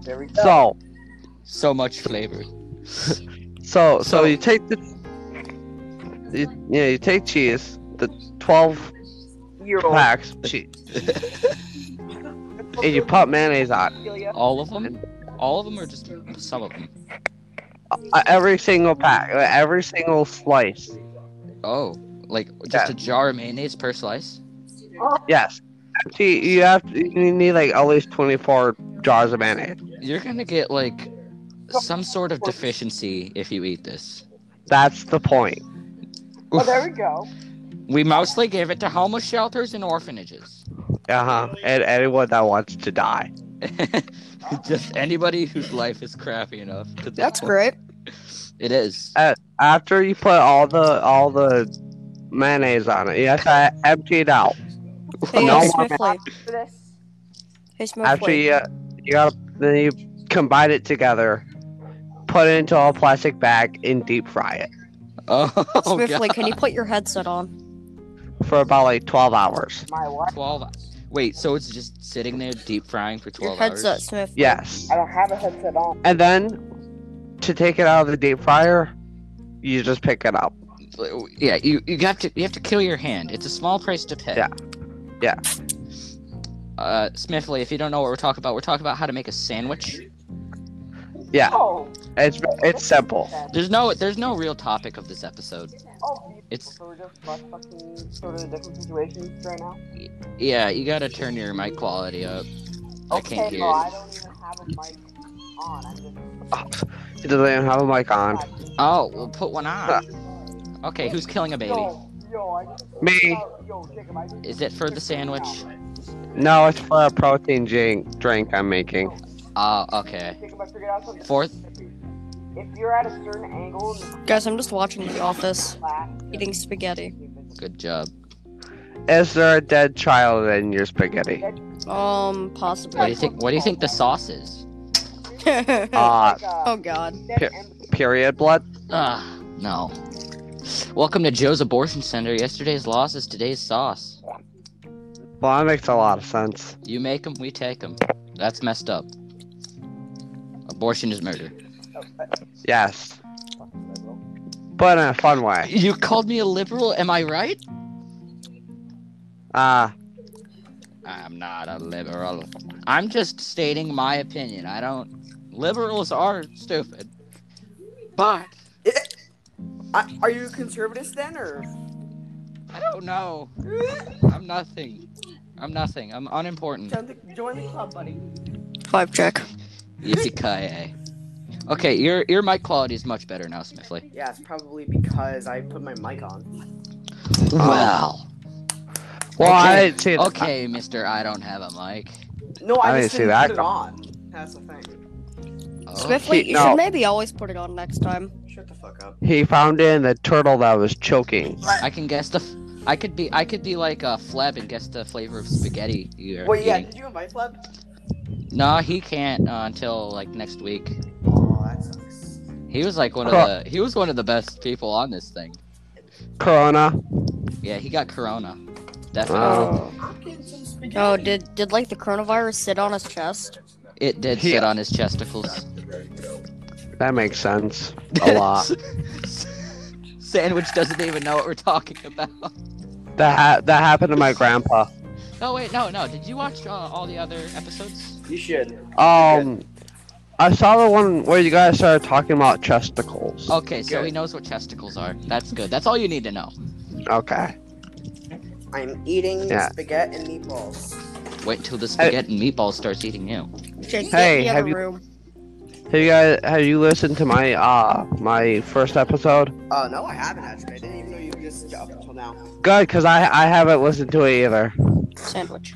Speaker 4: There we go.
Speaker 2: So
Speaker 1: So much flavor.
Speaker 2: So, so,
Speaker 1: So-
Speaker 2: you take the, you, yeah, you take cheese, the twelve
Speaker 4: Year old.
Speaker 2: packs of cheese, and you put mayonnaise on
Speaker 5: Oh,
Speaker 4: Celia.
Speaker 1: All of them? All of them, or just some of them?
Speaker 2: uh, every single pack, uh, every single slice.
Speaker 1: Oh, like just a jar of mayonnaise per slice?
Speaker 2: Yes, See, you have to, you need like at least twenty four jars of mayonnaise.
Speaker 1: You're gonna get like some sort of deficiency if you eat this.
Speaker 2: That's the point.
Speaker 4: Oh, there we go.
Speaker 1: We mostly give it to homeless shelters and orphanages.
Speaker 2: Uh huh. And anyone that wants to die.
Speaker 1: Just anybody whose life is crappy enough. to the
Speaker 3: That's
Speaker 1: point.
Speaker 3: great.
Speaker 1: It is.
Speaker 2: After you put all the all the mayonnaise on it, you have to empty it out.
Speaker 3: Hey,
Speaker 2: No,
Speaker 1: Oh,
Speaker 3: Smithly.
Speaker 4: For this,
Speaker 3: Hey,
Speaker 2: After
Speaker 3: Smithly.
Speaker 2: you you gotta then you combine it together, put it into a plastic bag and deep fry it
Speaker 1: Oh,
Speaker 3: Smithly,
Speaker 1: God.
Speaker 3: can you put your headset on?
Speaker 2: for about like twelve hours.
Speaker 4: my what?
Speaker 1: 12 Wait, so it's just sitting there deep frying for 12
Speaker 3: Your headset,
Speaker 1: hours?
Speaker 3: Smith.
Speaker 2: Yes.
Speaker 4: I don't have a headset on.
Speaker 2: And then to take it out of the deep fryer, you just pick it up.
Speaker 1: Yeah, you, you have to you have to kill your hand. It's a small price to pay.
Speaker 2: Yeah. Yeah.
Speaker 1: Uh, Smithly, if you don't know what we're talking about, we're talking about how to make a sandwich.
Speaker 2: Yeah.
Speaker 4: Oh,
Speaker 2: It's it's simple.
Speaker 1: There's no there's no real topic of this episode.
Speaker 4: oh,
Speaker 1: It's
Speaker 4: so we're just like fucking sort of different situations right now.
Speaker 1: yeah, you gotta turn your mic quality up. I can't
Speaker 4: okay,
Speaker 1: hear
Speaker 4: no,
Speaker 1: you.
Speaker 4: I don't even have a mic on. I'm just
Speaker 2: Oh, It doesn't even have a mic on.
Speaker 1: Oh, we'll put one on. Okay, who's killing a baby?
Speaker 4: Yo, yo, I just,
Speaker 2: Me.
Speaker 4: Yo, Jacob, I just-
Speaker 1: Is it for the sandwich?
Speaker 2: No, it's for a protein drink drink I'm making.
Speaker 1: Oh, okay.
Speaker 4: Jacob, I figured out something.
Speaker 1: Fourth.
Speaker 4: If you're at a certain angle, in the
Speaker 3: Guys, I'm just watching The Office,
Speaker 4: class,
Speaker 3: eating spaghetti.
Speaker 1: Good job.
Speaker 2: Is there a dead child in your spaghetti?
Speaker 3: Um,
Speaker 1: What do
Speaker 3: possibly.
Speaker 1: you think? What do you think the sauce is?
Speaker 3: oh
Speaker 2: Uh,
Speaker 4: Uh,
Speaker 3: God.
Speaker 2: here. period blood?
Speaker 1: Ah, no. Welcome to Joe's abortion center. Yesterday's loss is today's sauce.
Speaker 2: Well, that makes a lot of sense.
Speaker 1: You make 'em, we take 'em. That's messed up. Abortion is murder.
Speaker 2: Yes. But in a fun way.
Speaker 1: You called me a liberal, am I right?
Speaker 2: Uh,
Speaker 1: I'm not a liberal. I'm just stating my opinion. I don't. Liberals are stupid. But
Speaker 5: I, are you conservatives then, or
Speaker 1: I don't know. I'm nothing. I'm nothing. I'm unimportant.
Speaker 5: join the, join the club, buddy?
Speaker 3: Five check.
Speaker 1: Yippee Okay, your your mic quality is much better now, Smithley.
Speaker 5: Yeah, it's probably because I put my mic on.
Speaker 1: Wow.
Speaker 2: well, I
Speaker 1: Okay.
Speaker 2: didn't see it.
Speaker 1: Okay, Mister, I don't have a mic.
Speaker 5: No,
Speaker 2: I
Speaker 5: I,
Speaker 2: didn't
Speaker 5: just
Speaker 2: see
Speaker 5: didn't
Speaker 2: that
Speaker 5: put it on. That's the thing.
Speaker 1: Oh,
Speaker 3: Smithly, you
Speaker 2: no.
Speaker 3: should maybe always put it on next time.
Speaker 5: Shut the fuck up.
Speaker 2: He found it in the turtle that was choking.
Speaker 1: I can guess the. F- I could be. I could be like a Fleb and guess the flavor of spaghetti you're
Speaker 5: Wait, yeah,
Speaker 1: eating.
Speaker 5: did you invite Fleb?
Speaker 1: No, he can't uh, until like next week.
Speaker 5: Oh, that sucks.
Speaker 1: He was like one of
Speaker 2: Cool.
Speaker 1: the. He was one of the best people on this thing.
Speaker 2: Corona.
Speaker 1: Yeah, he got Corona. Definitely.
Speaker 2: Oh.
Speaker 3: Oh, did did like the coronavirus sit on his chest?
Speaker 1: It did
Speaker 2: He-
Speaker 1: sit on his chesticles.
Speaker 2: That makes sense. A lot.
Speaker 1: Sandwich doesn't even know what we're talking about.
Speaker 2: that ha- that happened to my grandpa.
Speaker 1: No, Oh, wait, no, no. Did you watch uh, all the other episodes?
Speaker 5: You should.
Speaker 2: Um, I saw the one where you guys started talking about chesticles.
Speaker 1: Okay, so
Speaker 5: Good.
Speaker 1: he knows what chesticles are. That's good. That's all you need to know.
Speaker 2: Okay.
Speaker 5: I'm eating
Speaker 2: Yeah.
Speaker 5: spaghetti and meatballs.
Speaker 1: Wait till the spaghetti and meatball starts eating you.
Speaker 2: Hey,
Speaker 3: Jake, get in the
Speaker 2: have
Speaker 3: other
Speaker 2: you-
Speaker 3: room.
Speaker 2: Have you guys have you listened to my uh my first episode?
Speaker 5: Uh, no, I haven't actually. I didn't even know you existed up until now.
Speaker 2: Good, cause I I haven't listened to it either.
Speaker 3: Sandwich.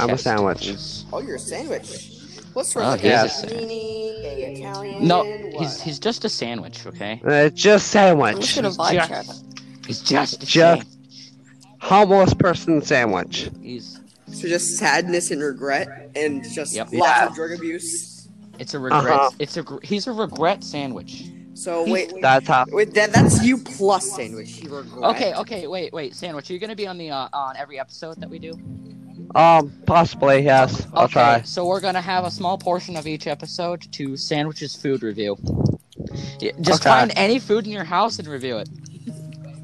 Speaker 2: I'm a sandwich.
Speaker 1: Chesticles.
Speaker 5: Oh, you're a sandwich. What's wrong
Speaker 1: Oh,
Speaker 5: with
Speaker 1: he
Speaker 5: that?
Speaker 1: is a
Speaker 5: Panini, a Italian?
Speaker 1: No,
Speaker 5: what?
Speaker 1: he's he's just a sandwich, okay?
Speaker 2: And It's just
Speaker 3: I'm just
Speaker 2: sandwich.
Speaker 3: gonna vibe
Speaker 1: Jack.
Speaker 3: check.
Speaker 1: He's just a
Speaker 2: Jeff.
Speaker 1: sandwich.
Speaker 2: Homeless person sandwich.
Speaker 1: He's
Speaker 5: So just sadness and regret, and just
Speaker 1: Yep.
Speaker 5: lots of drug abuse.
Speaker 1: it's a regret.
Speaker 2: Uh-huh.
Speaker 1: It's a gr- he's a regret sandwich.
Speaker 5: So wait, wait,
Speaker 2: That's how.
Speaker 5: wait that, that's you plus sandwich. You regret.
Speaker 1: Okay, okay, wait, wait, sandwich. Are you gonna be on the uh, on every episode that we do?
Speaker 2: Um, possibly yes. I'll
Speaker 1: okay,
Speaker 2: try.
Speaker 1: So we're gonna have a small portion of each episode to sandwiches food review. Yeah, Just
Speaker 2: Okay.
Speaker 1: find any food in your house and review it.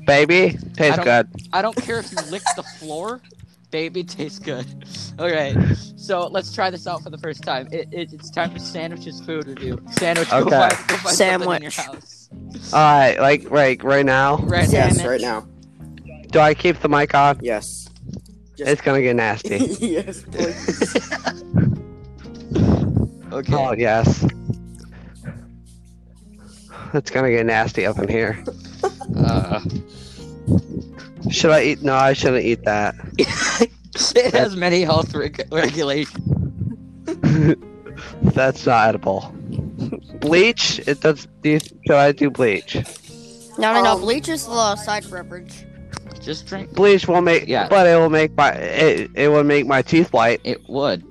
Speaker 2: Baby, tastes
Speaker 1: I
Speaker 2: good.
Speaker 1: I don't care if you lick the floor. Baby, tastes good. All right, so let's try this out for the first time. It, it, it's time for sandwiches food review. Sandwich. Go
Speaker 2: Okay.
Speaker 1: find, go find something in your
Speaker 3: Sandwich.
Speaker 1: house.
Speaker 2: All right, like right right now.
Speaker 1: Right. now.
Speaker 5: Yes,
Speaker 3: Sandwich.
Speaker 5: right now.
Speaker 2: Do I keep the mic on?
Speaker 5: Yes.
Speaker 2: It's gonna get nasty.
Speaker 5: yes, please.
Speaker 1: Okay.
Speaker 2: Oh yes. It's gonna get nasty up in here.
Speaker 1: Uh,
Speaker 2: Should I eat? No, I shouldn't eat that.
Speaker 1: it has many health reg- regulations.
Speaker 2: That's not edible. Bleach? It does. Do you, should I do bleach?
Speaker 3: No, no, no.
Speaker 5: Um,
Speaker 3: Bleach is the side beverage.
Speaker 1: Just drink.
Speaker 2: Bleach will make.
Speaker 1: Yeah.
Speaker 2: But it will make my. It, it will make my teeth white.
Speaker 1: It would.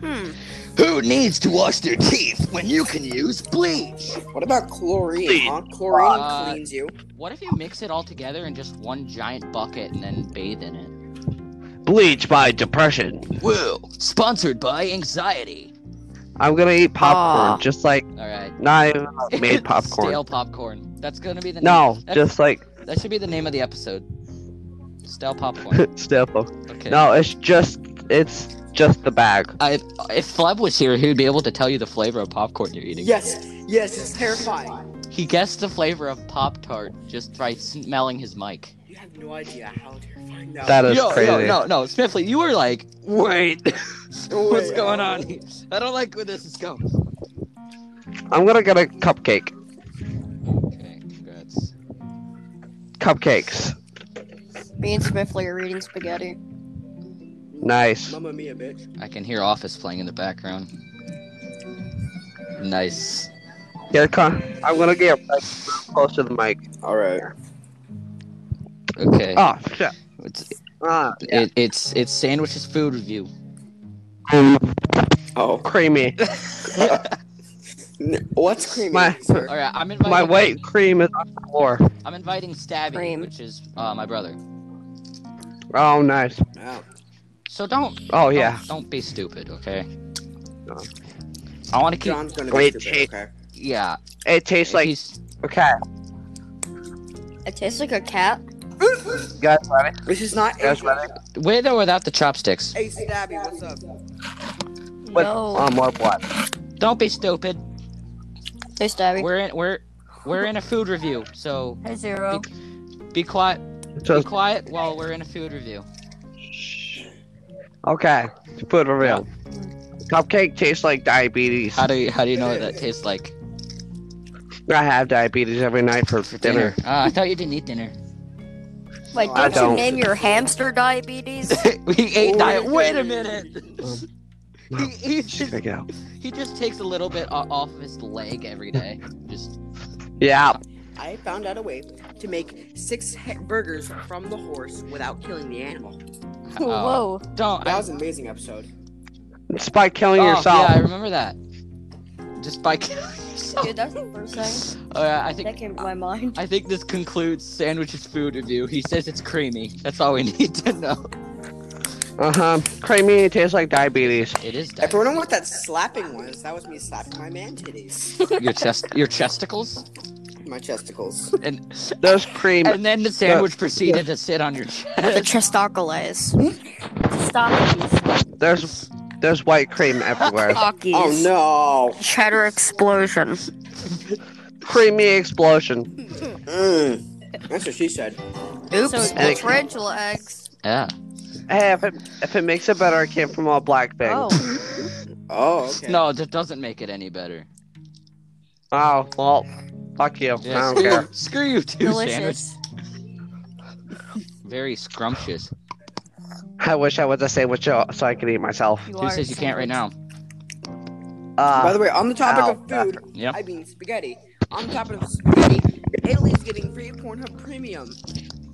Speaker 3: Hmm.
Speaker 1: Who needs to wash their teeth when you can use bleach?
Speaker 5: What about chlorine?
Speaker 2: Clean.
Speaker 5: Huh? Chlorine
Speaker 1: Uh,
Speaker 5: cleans you.
Speaker 1: What if you mix it all together in just one giant bucket and then bathe in it?
Speaker 2: Bleach by depression.
Speaker 1: Woo! Sponsored by anxiety.
Speaker 2: I'm gonna eat popcorn,
Speaker 6: Aw.
Speaker 2: just like
Speaker 1: All right.
Speaker 2: not even made popcorn.
Speaker 1: Stale popcorn. That's gonna be the
Speaker 2: No,
Speaker 1: Name. That's-
Speaker 2: just like
Speaker 1: that should be the name of the episode. Stale popcorn.
Speaker 2: stale popcorn.
Speaker 1: Okay.
Speaker 2: No, it's just it's just the bag.
Speaker 1: I, if Fleb was here, he would be able to tell you the flavor of popcorn you're eating.
Speaker 5: Yes, yes, it's terrifying.
Speaker 1: He guessed the flavor of Pop Tart just by smelling his mic.
Speaker 5: You have no idea how terrifying that.
Speaker 2: That is
Speaker 1: yo,
Speaker 2: crazy.
Speaker 1: yo, no, no, Sniffly, you were like, wait, what's
Speaker 5: Wait,
Speaker 1: going
Speaker 2: uh,
Speaker 1: on? here? I don't like where this is going.
Speaker 2: I'm gonna get a cupcake.
Speaker 1: Okay, congrats.
Speaker 2: Cupcakes.
Speaker 3: Me and Smithly are eating spaghetti.
Speaker 2: Nice.
Speaker 5: Mamma mia, bitch.
Speaker 1: I can hear Office playing in the background. Nice.
Speaker 2: Here, come. I'm gonna get like, close to the mic.
Speaker 5: All right.
Speaker 1: Okay.
Speaker 2: Oh shit.
Speaker 1: It's,
Speaker 2: Ah,
Speaker 1: it, it's it's sandwiches food review.
Speaker 5: Oh,
Speaker 2: Um, creamy.
Speaker 5: N- what's creamy?
Speaker 2: My-
Speaker 5: sir?
Speaker 1: All right, I'm inviting.
Speaker 2: My white cream is on the floor.
Speaker 1: I'm inviting Stabby,
Speaker 3: Cream.
Speaker 1: which is uh, my brother.
Speaker 2: Oh, nice.
Speaker 5: Wow.
Speaker 1: So don't.
Speaker 2: Oh yeah.
Speaker 1: Don't, don't be stupid, okay?
Speaker 2: No.
Speaker 1: Oh. I want to keep.
Speaker 5: John's gonna be
Speaker 2: Wait,
Speaker 5: stupid, okay?
Speaker 1: Yeah.
Speaker 2: It tastes like
Speaker 1: he's-
Speaker 2: okay.
Speaker 3: It tastes like a cat.
Speaker 2: You guys ready?
Speaker 5: This is not
Speaker 2: You guys
Speaker 5: Asian.
Speaker 2: ready?
Speaker 1: with or without the chopsticks.
Speaker 5: Hey, Stabby, what's up?
Speaker 2: What?
Speaker 3: No.
Speaker 2: Oh, more blood.
Speaker 1: Don't be stupid.
Speaker 3: hey, Stabby.
Speaker 1: We're in we're we're in a food review, so
Speaker 6: Hey, Zero.
Speaker 1: be quiet. Be
Speaker 2: Just,
Speaker 1: quiet while we're in a food review.
Speaker 2: okay. To put it real. Cupcake tastes like diabetes.
Speaker 1: How do you how do you know what that tastes like
Speaker 2: I have diabetes every night for
Speaker 1: for
Speaker 2: dinner.
Speaker 1: dinner? Ah, I thought you didn't eat dinner.
Speaker 3: Wait,
Speaker 5: I
Speaker 3: did you
Speaker 2: don't.
Speaker 3: name your hamster diabetes?
Speaker 1: we ate
Speaker 5: Oh,
Speaker 1: diet.
Speaker 5: yeah.
Speaker 1: Wait a minute. he, he,
Speaker 2: There you
Speaker 1: just,
Speaker 2: go.
Speaker 1: he just takes a little bit o- off of his leg every day. Just
Speaker 2: Yeah.
Speaker 5: I found out a way to make six he- burgers from the horse without killing the animal.
Speaker 1: uh,
Speaker 2: Oh.
Speaker 3: Whoa.
Speaker 1: don't.
Speaker 5: That
Speaker 1: I,
Speaker 5: was an amazing episode.
Speaker 2: It's by killing
Speaker 1: oh,
Speaker 2: yourself.
Speaker 1: Yeah, I remember that. Just by killing yourself.
Speaker 3: Dude, that's the first thing
Speaker 1: All right, I
Speaker 3: that
Speaker 1: think
Speaker 3: came to my mind.
Speaker 1: I think this concludes sandwiches food review. He says it's creamy. That's all we need to know.
Speaker 2: Uh huh. Creamy. It tastes like diabetes.
Speaker 1: It is
Speaker 5: If
Speaker 1: diet.
Speaker 5: you're wondering what that slapping was, that was me slapping my man titties,
Speaker 1: your chest, your chesticles,
Speaker 5: my chesticles.
Speaker 1: and
Speaker 2: There's cream.
Speaker 1: and then the sandwich proceeded to sit on your
Speaker 3: The
Speaker 1: chest.
Speaker 3: chestocles. Chestocles.
Speaker 2: There's there's white cream everywhere.
Speaker 6: Hockey.
Speaker 5: Oh no!
Speaker 6: Cheddar explosion.
Speaker 2: Creamy explosion.
Speaker 5: Mm. That's what she said.
Speaker 3: Oops.
Speaker 6: So it's
Speaker 3: the tarantula eggs.
Speaker 1: Yeah.
Speaker 2: Hey, if it if it makes it better, I came from all black thing.
Speaker 3: Oh.
Speaker 2: Oh,
Speaker 5: Oh, okay.
Speaker 1: No, that doesn't make it any better.
Speaker 2: Oh, well, fuck you.
Speaker 1: Yeah,
Speaker 2: I don't
Speaker 1: screw,
Speaker 2: care.
Speaker 1: screw you too, sandwich.
Speaker 3: Delicious.
Speaker 1: Very scrumptious.
Speaker 2: I wish I was a sandwich so so I could eat myself.
Speaker 3: You
Speaker 1: Who
Speaker 3: are
Speaker 1: says you can't right now?
Speaker 5: By the
Speaker 2: Uh,
Speaker 5: way, on the topic
Speaker 2: ow.
Speaker 5: of food,
Speaker 1: Yep.
Speaker 5: I mean spaghetti. On the topic of spaghetti, Italy's getting free Pornhub Premium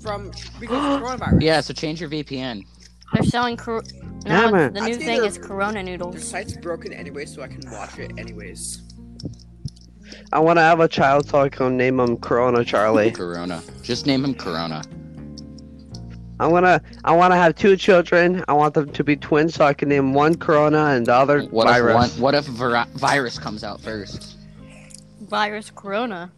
Speaker 5: from because of coronavirus.
Speaker 1: Yeah. So change your VPN.
Speaker 7: They're selling cor-
Speaker 2: Damn
Speaker 7: now
Speaker 2: it.
Speaker 7: the new
Speaker 5: That's
Speaker 7: thing
Speaker 5: either-
Speaker 7: is Corona
Speaker 5: Their
Speaker 7: noodles.
Speaker 5: site's broken anyway, so I can watch it anyways.
Speaker 2: I want to have a child so I can name him Corona Charlie.
Speaker 1: Corona. Just name him Corona.
Speaker 2: I wanna I wanna have two children. I want them to be twins so I can name one Corona and the other
Speaker 1: What
Speaker 2: virus.
Speaker 1: if one, what if vira- virus comes out first?
Speaker 7: Virus Corona.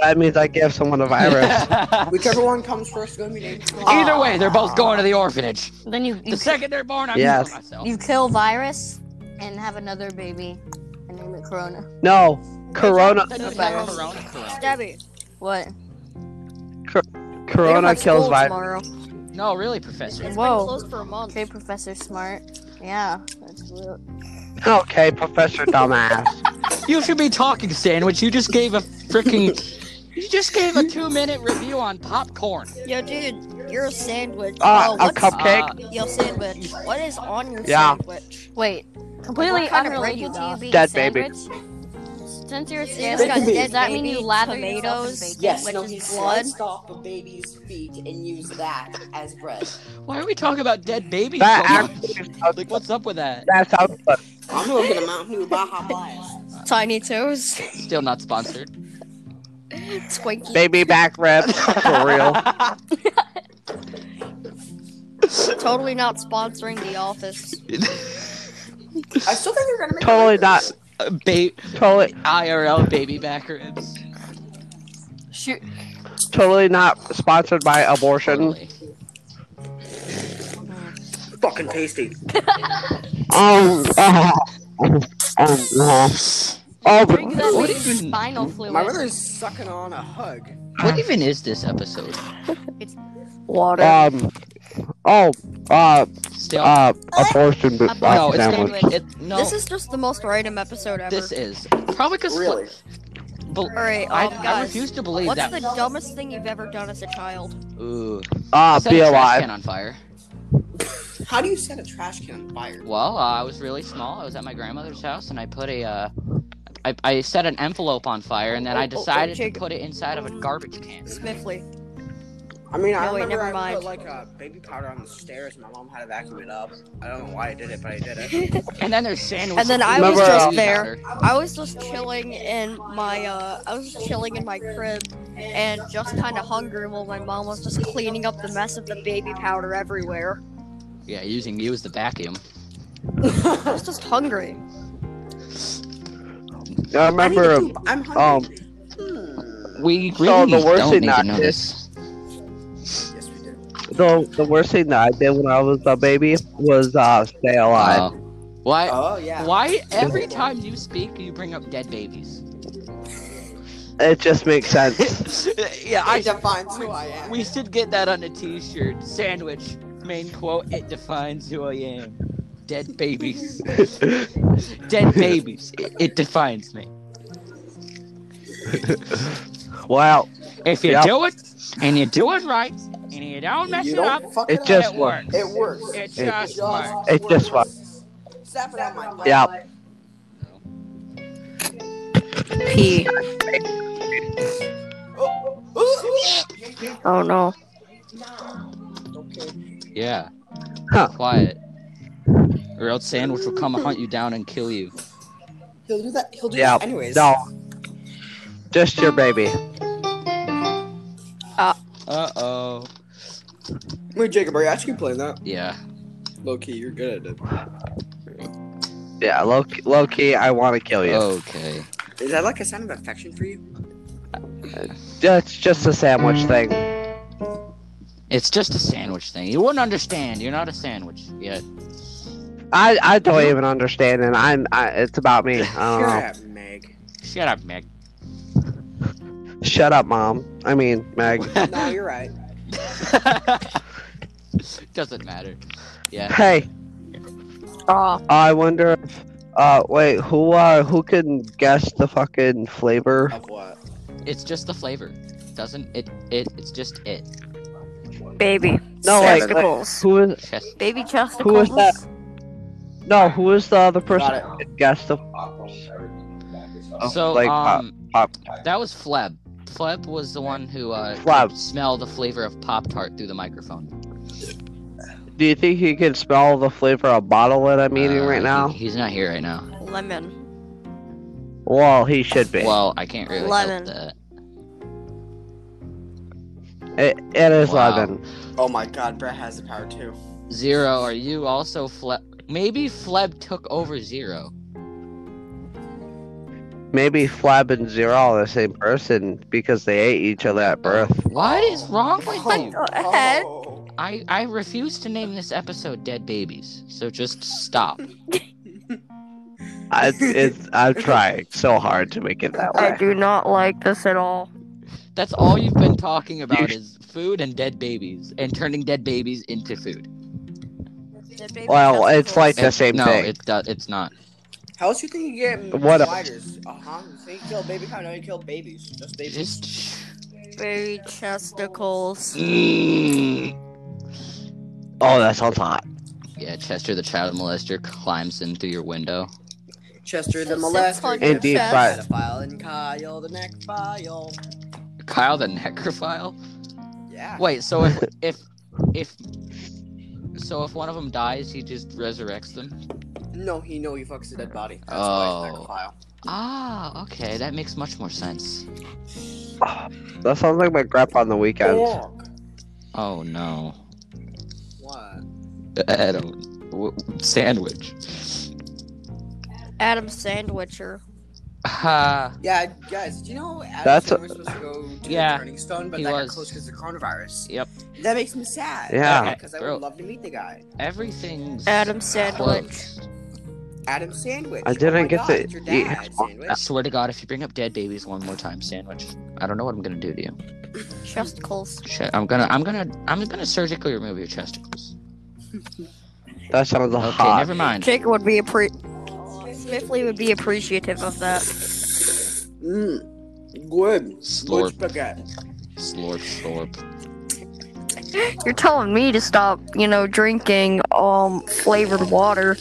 Speaker 2: That means I give someone a virus.
Speaker 5: Whichever one comes first is gonna be named.
Speaker 1: Either way, they're both going to the orphanage.
Speaker 7: Then you you,
Speaker 1: The second they're born, I'm
Speaker 2: Yes.
Speaker 1: killing myself.
Speaker 7: you kill virus and have another baby and name it Corona.
Speaker 2: no, Corona
Speaker 1: That doesn't
Speaker 7: The
Speaker 1: have
Speaker 7: virus.
Speaker 1: Corona, Corona.
Speaker 3: Stabby.
Speaker 7: What?
Speaker 3: we don't
Speaker 2: Corona
Speaker 3: have
Speaker 2: kills
Speaker 3: school
Speaker 2: virus.
Speaker 3: tomorrow.
Speaker 1: No, really,
Speaker 3: It's
Speaker 1: Professor.
Speaker 3: been
Speaker 7: Whoa.
Speaker 3: closed for a month.
Speaker 7: Okay, Professor Smart. Yeah. That's real.
Speaker 2: Okay, Professor Dumbass.
Speaker 1: You should be talking, Sandwich. You just gave a freaking. you just gave a two minute review on popcorn.
Speaker 3: Yo, dude, you're a sandwich.
Speaker 2: Uh,
Speaker 3: Oh,
Speaker 2: a cupcake?
Speaker 3: Yo, sandwich. What is on your
Speaker 2: Yeah.
Speaker 3: sandwich?
Speaker 7: Wait, completely
Speaker 3: kind of
Speaker 7: unrelated
Speaker 3: radio
Speaker 7: to you
Speaker 3: doc?
Speaker 7: being
Speaker 2: Dead baby.
Speaker 7: sandwich. Since you're a
Speaker 3: Yeah,
Speaker 7: sandwich,
Speaker 3: it's got
Speaker 7: does
Speaker 3: dead
Speaker 7: that mean
Speaker 3: baby,
Speaker 7: you lather
Speaker 3: tomatoes.
Speaker 7: tomatoes? Bacon,
Speaker 5: Yes,
Speaker 7: which
Speaker 5: no,
Speaker 7: is
Speaker 5: he
Speaker 7: blood.
Speaker 5: sliced off a baby's feet and used that as bread.
Speaker 1: Why are we talking about dead babies?
Speaker 2: That
Speaker 1: so much?
Speaker 2: actually sounds,
Speaker 1: like, what's up with that?
Speaker 2: that sounds good.
Speaker 5: I'm looking at Mountain Dew Baja Blast.
Speaker 3: Tiny Toes.
Speaker 1: Still not sponsored.
Speaker 3: Twinkie.
Speaker 2: Baby back ribs for real.
Speaker 3: Totally not sponsoring The Office.
Speaker 5: I still think they're gonna make.
Speaker 2: Totally not.
Speaker 1: ba-
Speaker 2: Totally,
Speaker 1: IRL baby back ribs.
Speaker 7: Shoot.
Speaker 2: totally not sponsored by abortion.
Speaker 1: Totally.
Speaker 5: fucking tasty.
Speaker 2: Um, uh, um, uh, oh, but-
Speaker 7: Drink that
Speaker 1: What
Speaker 7: baby's
Speaker 1: even-
Speaker 7: spinal fluid.
Speaker 5: My brother's sucking on a hug.
Speaker 1: What even is this episode?
Speaker 6: Water.
Speaker 2: um, oh, uh,
Speaker 1: Still.
Speaker 2: uh, abortion but
Speaker 1: no,
Speaker 2: like
Speaker 1: it's
Speaker 2: sandwich.
Speaker 1: not. It, no,
Speaker 3: This is just the most random episode ever.
Speaker 1: this is. Probably because.
Speaker 5: Really?
Speaker 3: Alright, um,
Speaker 1: I, I
Speaker 3: guys.
Speaker 1: refuse to believe
Speaker 3: What's
Speaker 1: that.
Speaker 3: the dumbest thing you've ever done as a child?
Speaker 1: Ooh.
Speaker 2: Ah,
Speaker 1: I set
Speaker 2: be
Speaker 1: a trash
Speaker 2: alive.
Speaker 1: can on fire.
Speaker 5: How do you set a trash can on fire?
Speaker 1: Well, uh, I was really small. I was at my grandmother's house, and I put a, uh, I, I set an envelope on fire, and then
Speaker 3: Oh, oh,
Speaker 1: I
Speaker 3: oh,
Speaker 1: decided to
Speaker 3: Jacob.
Speaker 1: put it inside of a garbage can.
Speaker 3: Smithly.
Speaker 5: I mean, I
Speaker 3: No, wait,
Speaker 5: remember
Speaker 3: never
Speaker 5: I
Speaker 3: mind.
Speaker 5: put like a baby powder on the stairs. My mom had to vacuum it up. I don't know why I did it, but I did it.
Speaker 1: And then there's sandwiches.
Speaker 3: And then I
Speaker 2: was
Speaker 1: with
Speaker 2: just
Speaker 1: baby
Speaker 3: there.
Speaker 1: powder.
Speaker 3: I was just chilling in my uh I was just chilling in my crib and just kinda hungry while my mom was just cleaning up the mess of the baby powder everywhere.
Speaker 1: Yeah, using you as the vacuum.
Speaker 3: I was just hungry.
Speaker 2: I
Speaker 5: I need
Speaker 2: remember,
Speaker 5: to poop. I'm
Speaker 2: um,
Speaker 5: hungry. Hmm.
Speaker 1: We really
Speaker 2: So the worst
Speaker 1: don't
Speaker 2: thing
Speaker 1: need
Speaker 2: that
Speaker 1: to know this.
Speaker 5: Yes, we did.
Speaker 2: the, the worst thing that I did when I was a baby was, uh, stay
Speaker 1: Uh,
Speaker 2: alive.
Speaker 1: why?
Speaker 5: Oh yeah.
Speaker 1: Why every time you speak, you bring up dead babies?
Speaker 2: It just makes sense.
Speaker 1: yeah,
Speaker 5: I
Speaker 1: I.
Speaker 5: defines who I am.
Speaker 1: We should get that on a T-shirt. Sandwich main quote: It defines who I am. Dead babies. Dead babies. It, it defines me.
Speaker 2: Wow,
Speaker 1: If you
Speaker 2: Yeah.
Speaker 1: do it, and you do it right, and you don't mess
Speaker 5: you
Speaker 1: it
Speaker 5: don't
Speaker 1: up,
Speaker 5: fuck
Speaker 2: It
Speaker 5: it
Speaker 2: just
Speaker 1: it
Speaker 5: up.
Speaker 1: works.
Speaker 5: It works.
Speaker 1: It
Speaker 2: it
Speaker 1: just works.
Speaker 2: It just
Speaker 5: works. Slap it on my butt.
Speaker 2: yeah.
Speaker 6: P.
Speaker 5: Ooh.
Speaker 6: Oh no.
Speaker 5: Okay.
Speaker 1: Yeah.
Speaker 2: Huh.
Speaker 1: Quiet. Or else Sandwich will come and hunt you down and kill you.
Speaker 5: He'll do that. He'll do
Speaker 2: Yeah.
Speaker 5: that anyways.
Speaker 2: No. Just your baby.
Speaker 1: Uh oh.
Speaker 5: Wait, Jacob, are you actually playing that?
Speaker 1: Yeah.
Speaker 5: Low key, you're good at it.
Speaker 2: Yeah, low, low key, I want to kill
Speaker 5: Oh.
Speaker 2: you.
Speaker 1: Okay.
Speaker 5: Is that like a sign of affection for you?
Speaker 2: That's just a sandwich thing.
Speaker 1: It's just a sandwich thing. You wouldn't understand. You're not a sandwich yet.
Speaker 2: I, I don't even understand, and I'm I, it's about me. I
Speaker 5: Shut up, Meg.
Speaker 1: Shut up, Meg.
Speaker 2: don't know. Shut up, mom. I mean, Meg.
Speaker 5: no, you're right.
Speaker 1: Doesn't matter. Yeah.
Speaker 2: Hey,
Speaker 6: Ah.
Speaker 2: I wonder if uh wait who uh who can guess the fucking flavor?
Speaker 5: Of what?
Speaker 1: It's just the flavor. Doesn't it? It. It's just it.
Speaker 6: Baby.
Speaker 2: No, like, like,
Speaker 6: Chesticles.
Speaker 2: who is
Speaker 1: Chest.
Speaker 6: Baby chesticles.
Speaker 2: who is that? No, who is the other
Speaker 5: Got
Speaker 2: person?
Speaker 5: it.
Speaker 2: that Guessed the Oh,
Speaker 1: so
Speaker 2: like pop-
Speaker 1: um,
Speaker 2: pop-
Speaker 1: that was Fleb. Fleb was the one who uh
Speaker 2: Fleb.
Speaker 1: could smell the flavor of Pop Tart through the microphone.
Speaker 2: Do you think he can smell the flavor of bottle that I'm eating
Speaker 1: Uh,
Speaker 2: right
Speaker 1: he-
Speaker 2: now?
Speaker 1: he's not here right now.
Speaker 3: Lemon.
Speaker 2: Well, he should be.
Speaker 1: Well, I can't really help
Speaker 3: Lemon.
Speaker 1: that.
Speaker 2: it, it is
Speaker 1: Wow.
Speaker 2: lemon.
Speaker 5: Oh my God, Brett has the power too.
Speaker 1: Zero, are you also Fleb? Maybe Fleb took over Zero.
Speaker 2: Maybe Flab and Zero are the same person because they ate each other at birth.
Speaker 1: What is wrong with you?
Speaker 6: Ahead.
Speaker 5: Oh.
Speaker 1: I, I refuse to name this episode Dead Babies, so just stop.
Speaker 2: I, it's, I'm trying so hard to make it that
Speaker 6: I
Speaker 2: way.
Speaker 6: do not like this at all.
Speaker 1: That's all you've been talking about is food and dead babies and turning dead babies into food.
Speaker 2: Well, it's like the
Speaker 1: It-
Speaker 2: same
Speaker 1: no,
Speaker 2: thing.
Speaker 1: it do- it's not.
Speaker 5: How else you think you get
Speaker 2: What a-
Speaker 5: spiders? Uh huh. You think you kill baby cow? No, you kill babies. Just babies.
Speaker 1: Just.
Speaker 6: Baby chesticles.
Speaker 1: Mm.
Speaker 2: Oh, that sounds hot.
Speaker 1: Yeah, Chester the child molester climbs in through your window.
Speaker 5: Chester the
Speaker 3: Sits
Speaker 5: molester.
Speaker 3: on
Speaker 2: And
Speaker 5: Chester
Speaker 2: deep
Speaker 5: the
Speaker 2: fry.
Speaker 5: pedophile, and Kyle the neck file.
Speaker 1: Kyle the necrophile.
Speaker 5: Yeah.
Speaker 1: Wait, so if if, if so if one of them dies, he just resurrects them.
Speaker 5: No, he know he fucks a dead body. That's why he's
Speaker 1: Oh.
Speaker 5: a necrophile.
Speaker 1: Ah, okay, that makes much more sense.
Speaker 2: That sounds like my grandpa on the weekends.
Speaker 5: Fuck.
Speaker 1: Oh no,
Speaker 5: What?
Speaker 1: Adam, w- sandwich.
Speaker 3: Adam Sandwicher.
Speaker 1: Ha.
Speaker 5: Yeah, guys, do you know Adam
Speaker 2: That's a-
Speaker 5: Sandler was supposed to go to
Speaker 1: Yeah,
Speaker 5: the Turning Stone, but
Speaker 1: he
Speaker 5: that
Speaker 1: was.
Speaker 5: got closed because of coronavirus.
Speaker 1: Yep.
Speaker 5: That makes me sad.
Speaker 2: Yeah.
Speaker 5: Because I
Speaker 1: Bro.
Speaker 5: would love to meet the guy.
Speaker 1: Everything's
Speaker 3: Adam Sandwich.
Speaker 1: closed.
Speaker 5: Adam Sandwich.
Speaker 2: I didn't
Speaker 5: oh my
Speaker 2: get
Speaker 5: God,
Speaker 2: to
Speaker 5: it's your
Speaker 2: eat-
Speaker 5: dad, Sandwich.
Speaker 1: I swear to God, if you bring up dead babies one more time, sandwich, I don't know what I'm gonna do to you.
Speaker 3: Chesticles.
Speaker 1: Shit, I'm gonna, I'm gonna, I'm gonna surgically remove your chesticles.
Speaker 2: That sounds
Speaker 1: Okay,
Speaker 2: hot.
Speaker 1: never mind.
Speaker 3: Jacob would be appre. Smithley would be appreciative of that.
Speaker 5: Mm. Good. Good
Speaker 1: Slurp,
Speaker 5: spaghetti.
Speaker 1: slurp, slurp.
Speaker 6: You're telling me to stop, you know, drinking um flavored water,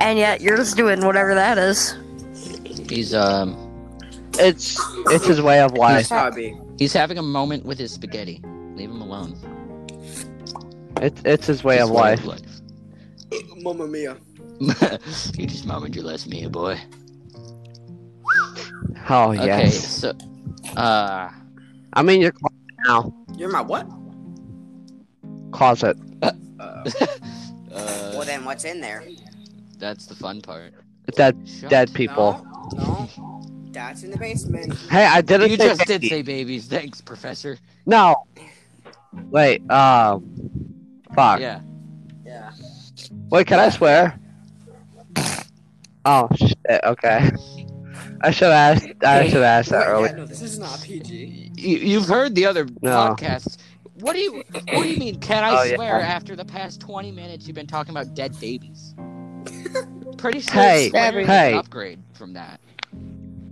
Speaker 6: and yet you're just doing whatever that is.
Speaker 1: He's um,
Speaker 2: It's it's his way of life.
Speaker 5: Nice hobby.
Speaker 1: he's having a moment with his spaghetti. Leave him alone.
Speaker 2: It's it's his way
Speaker 1: His
Speaker 2: of life.
Speaker 5: Mamma mia.
Speaker 1: life. you just mom and your last meal, boy.
Speaker 2: Oh
Speaker 1: Okay,
Speaker 2: yes.
Speaker 1: so, uh,
Speaker 2: I mean your closet now.
Speaker 5: You're my what?
Speaker 2: Closet.
Speaker 5: Uh, well
Speaker 1: uh,
Speaker 5: then, what's in there?
Speaker 1: that's the fun part.
Speaker 2: Dead
Speaker 1: Shut
Speaker 2: dead people.
Speaker 5: No, no. That's in the basement.
Speaker 2: Hey, I didn't
Speaker 1: You
Speaker 2: say
Speaker 1: just did
Speaker 2: baby.
Speaker 1: say babies. Thanks, Professor.
Speaker 2: No. Wait, um fuck.
Speaker 1: Yeah.
Speaker 5: Yeah.
Speaker 2: Wait, can I swear? Oh shit, okay. I should ask I should ask that
Speaker 5: Wait, yeah,
Speaker 2: earlier.
Speaker 5: no, this is not PG.
Speaker 1: You, you've heard the other
Speaker 2: No.
Speaker 1: podcasts. What do you What do you mean? Can I
Speaker 2: Oh, yeah.
Speaker 1: swear? After the past twenty minutes, you've been talking about dead babies. Pretty sure
Speaker 2: Hey,
Speaker 1: swearing is
Speaker 2: hey.
Speaker 1: an upgrade from that.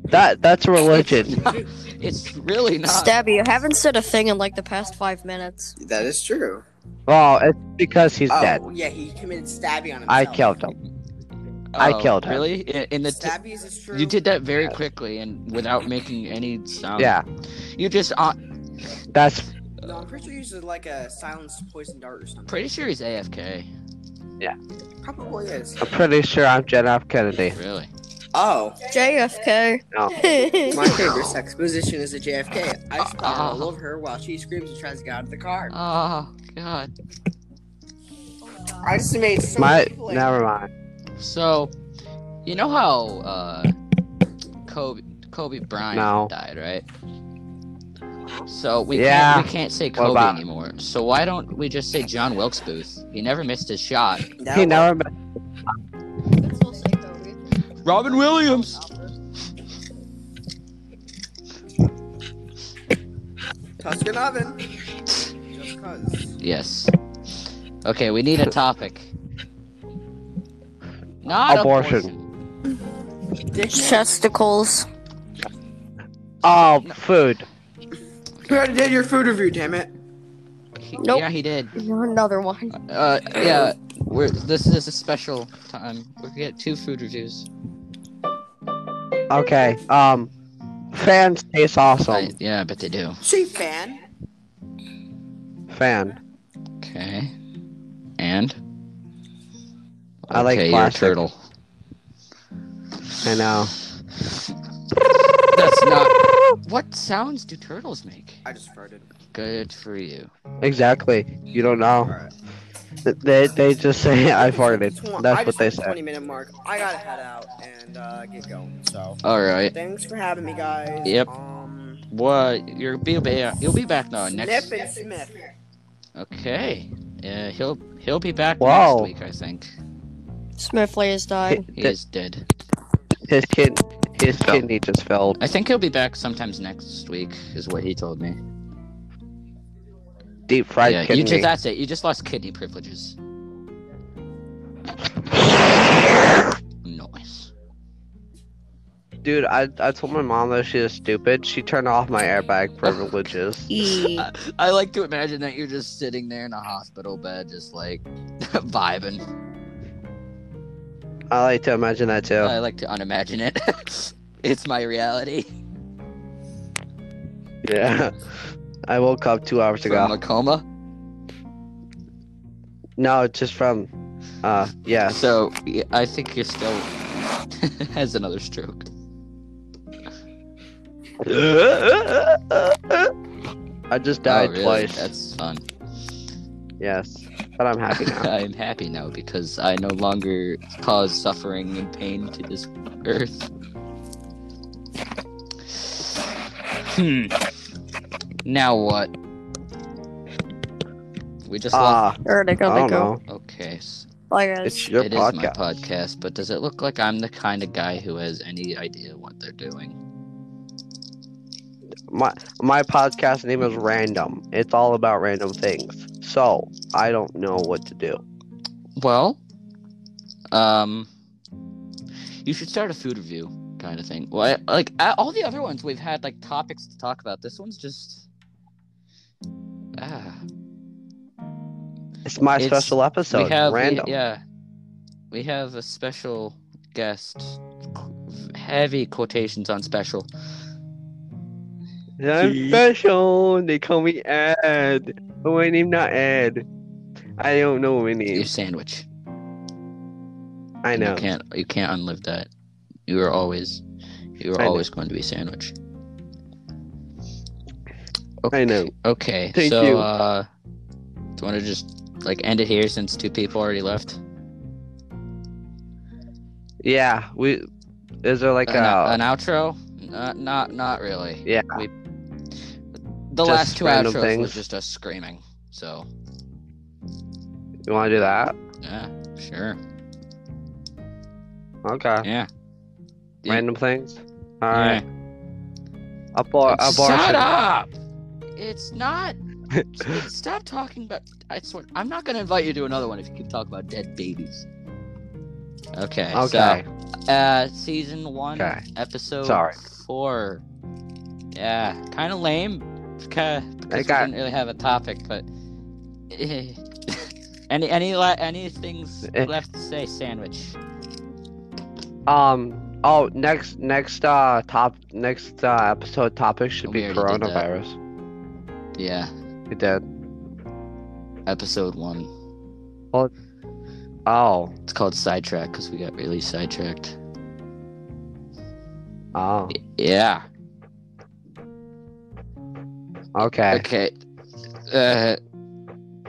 Speaker 2: That that's religion.
Speaker 1: It's really
Speaker 2: Uh,
Speaker 1: not.
Speaker 3: Stabby, you haven't said a thing in like the past five minutes.
Speaker 5: That is true.
Speaker 2: well, it's because he's
Speaker 5: oh,
Speaker 2: dead.
Speaker 5: yeah, he committed stabbing on himself.
Speaker 2: I killed him. I
Speaker 1: Oh,
Speaker 2: killed her.
Speaker 1: Really? In, in the t-
Speaker 5: Stabby is a true.
Speaker 1: you did that very quickly and without making any sound.
Speaker 2: yeah.
Speaker 1: You just. Uh,
Speaker 2: That's
Speaker 5: No, I'm pretty sure he uses like a silenced poison dart or something.
Speaker 1: pretty sure he's AFK.
Speaker 5: Probably is.
Speaker 2: I'm pretty sure I'm Jen F. Kennedy.
Speaker 1: Really?
Speaker 5: Oh,
Speaker 3: JFK.
Speaker 2: No.
Speaker 5: my favorite sex position is a JFK. I spit
Speaker 1: Ah.
Speaker 5: all over her while she screams and tries to get out of the car.
Speaker 1: Oh God.
Speaker 5: I just made so
Speaker 2: My
Speaker 5: many people like-
Speaker 2: never mind.
Speaker 1: So, you know how uh, Kobe Kobe Bryant
Speaker 2: No.
Speaker 1: died, right? So we
Speaker 2: Yeah.
Speaker 1: can't, we can't say
Speaker 2: What
Speaker 1: Kobe
Speaker 2: about-
Speaker 1: anymore. So why don't we just say John Wilkes Booth? He never missed his shot.
Speaker 5: That
Speaker 2: He
Speaker 5: one-
Speaker 2: never met
Speaker 1: Robin Williams.
Speaker 5: Tuscan oven. Just cause.
Speaker 1: Yes. Okay, we need a topic. Not
Speaker 2: Abortion.
Speaker 1: abortion.
Speaker 3: Chesticles.
Speaker 2: Oh food.
Speaker 5: You already did your food review, damn it.
Speaker 1: He-
Speaker 3: Nope.
Speaker 1: Yeah, he did.
Speaker 3: Another one.
Speaker 1: Uh, yeah. We're this is a special time. We get two food reviews.
Speaker 2: Okay. Um fans taste
Speaker 1: I-
Speaker 2: awesome.
Speaker 1: yeah, I bet they do.
Speaker 5: She fan.
Speaker 2: Fan.
Speaker 1: Okay. And
Speaker 2: I like
Speaker 1: okay, you're a
Speaker 2: plastic.
Speaker 1: turtle.
Speaker 2: I know.
Speaker 1: That's not. What sounds do turtles make?
Speaker 5: I just farted.
Speaker 1: Good for you.
Speaker 2: Exactly. You don't know.
Speaker 5: Alright.
Speaker 2: They they just say I farted.
Speaker 5: Twen- I
Speaker 2: That's what
Speaker 5: just
Speaker 2: they
Speaker 5: hit the
Speaker 2: say.
Speaker 5: 20 minute mark. I gotta head out and uh, get going. So
Speaker 1: All right.
Speaker 5: thanks for having me, guys.
Speaker 1: Yep.
Speaker 5: Um,
Speaker 1: What? You're be ba- you'll be back now next.
Speaker 5: Snip and Smith.
Speaker 1: Okay. Uh, he'll he'll be back
Speaker 2: Wow.
Speaker 1: next week, I think.
Speaker 3: Smithley has died.
Speaker 1: He
Speaker 2: Th-
Speaker 1: is dead.
Speaker 2: His kid his kidney just failed.
Speaker 1: I think he'll be back sometimes next week, is what he told me.
Speaker 2: Deep fried
Speaker 1: yeah, you just,
Speaker 2: kidney.
Speaker 1: that's it. You just lost kidney privileges. Noise.
Speaker 2: Dude, I, I told my mom that she was stupid. She turned off my airbag privileges.
Speaker 1: I, I like to imagine that you're just sitting there in a hospital bed, just like vibing.
Speaker 2: I like to imagine that too.
Speaker 1: I like to unimagine it. it's my reality.
Speaker 2: Yeah. I woke up two hours ago.
Speaker 1: From a coma.
Speaker 2: no, just from. Uh, yeah.
Speaker 1: So yeah, I think you're still has another stroke.
Speaker 2: I just died
Speaker 1: Oh, really?
Speaker 2: twice.
Speaker 1: That's fun.
Speaker 2: Yes, but I'm happy now.
Speaker 1: I'm happy now because I no longer cause suffering and pain to this earth. Hmm. Now what? We just lost.
Speaker 2: Ah,
Speaker 6: Where they go?
Speaker 2: I
Speaker 6: They
Speaker 2: don't
Speaker 6: go.
Speaker 2: know.
Speaker 1: Okay. s-
Speaker 6: Bye guys.
Speaker 2: It's your
Speaker 1: it is my
Speaker 2: podcast.
Speaker 1: podcast, but does it look like I'm the kind of guy who has any idea what they're doing?
Speaker 2: My my podcast name is Random. It's all about random things. So I don't know what to do.
Speaker 1: Well, um, you should start a food review kind of thing. Well, I, like I, all the other ones, we've had like topics to talk about. This one's just ah,
Speaker 2: It's my
Speaker 1: It's-
Speaker 2: special episode.
Speaker 1: we have
Speaker 2: random.
Speaker 1: yeah, we have a special guest. Heavy quotations on special.
Speaker 2: I'm special. They call me Ed. But my name not Ed. I don't know my
Speaker 1: Your
Speaker 2: name.
Speaker 1: sandwich.
Speaker 2: I know.
Speaker 1: You can't you can't unlive that. You were always you were
Speaker 2: I know.
Speaker 1: always going to be sandwich.
Speaker 2: I know.
Speaker 1: Okay.
Speaker 2: Thank
Speaker 1: so
Speaker 2: you.
Speaker 1: uh do you wanna just like end it here since two people already left?
Speaker 2: Yeah. We. Is there like
Speaker 1: an,
Speaker 2: a?
Speaker 1: an outro? Not not not really.
Speaker 2: yeah.
Speaker 1: The
Speaker 2: just
Speaker 1: last two
Speaker 2: random
Speaker 1: outros
Speaker 2: things.
Speaker 1: was just us screaming. So
Speaker 2: You want to do that?
Speaker 1: yeah, sure.
Speaker 2: Okay.
Speaker 1: Yeah. Yeah.
Speaker 2: Random things. Uh, All right. Abor-
Speaker 1: Yeah. Shut
Speaker 2: abortion.
Speaker 1: up! It's not stop talking about I swear I'm not gonna invite you to another one if you keep talking about dead babies. Okay. so-
Speaker 2: Okay.
Speaker 1: Uh, season one,
Speaker 2: Okay.
Speaker 1: episode
Speaker 2: Sorry.
Speaker 1: four. Yeah, kind of lame. Because we
Speaker 2: got-
Speaker 1: didn't really have a topic, but any any la- any things
Speaker 2: Eh.
Speaker 1: left to say? Sandwich.
Speaker 2: Um. Oh, next next uh top next uh episode topic should
Speaker 1: We
Speaker 2: be
Speaker 1: already did that.
Speaker 2: coronavirus.
Speaker 1: Yeah,
Speaker 2: It did.
Speaker 1: episode one.
Speaker 2: Oh.
Speaker 1: It's called sidetrack because we got really sidetracked.
Speaker 2: Oh.
Speaker 1: Y- Yeah.
Speaker 2: Okay.
Speaker 1: Okay. Uh,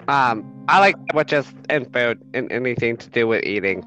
Speaker 2: Um. I like sandwiches and food and anything to do with eating.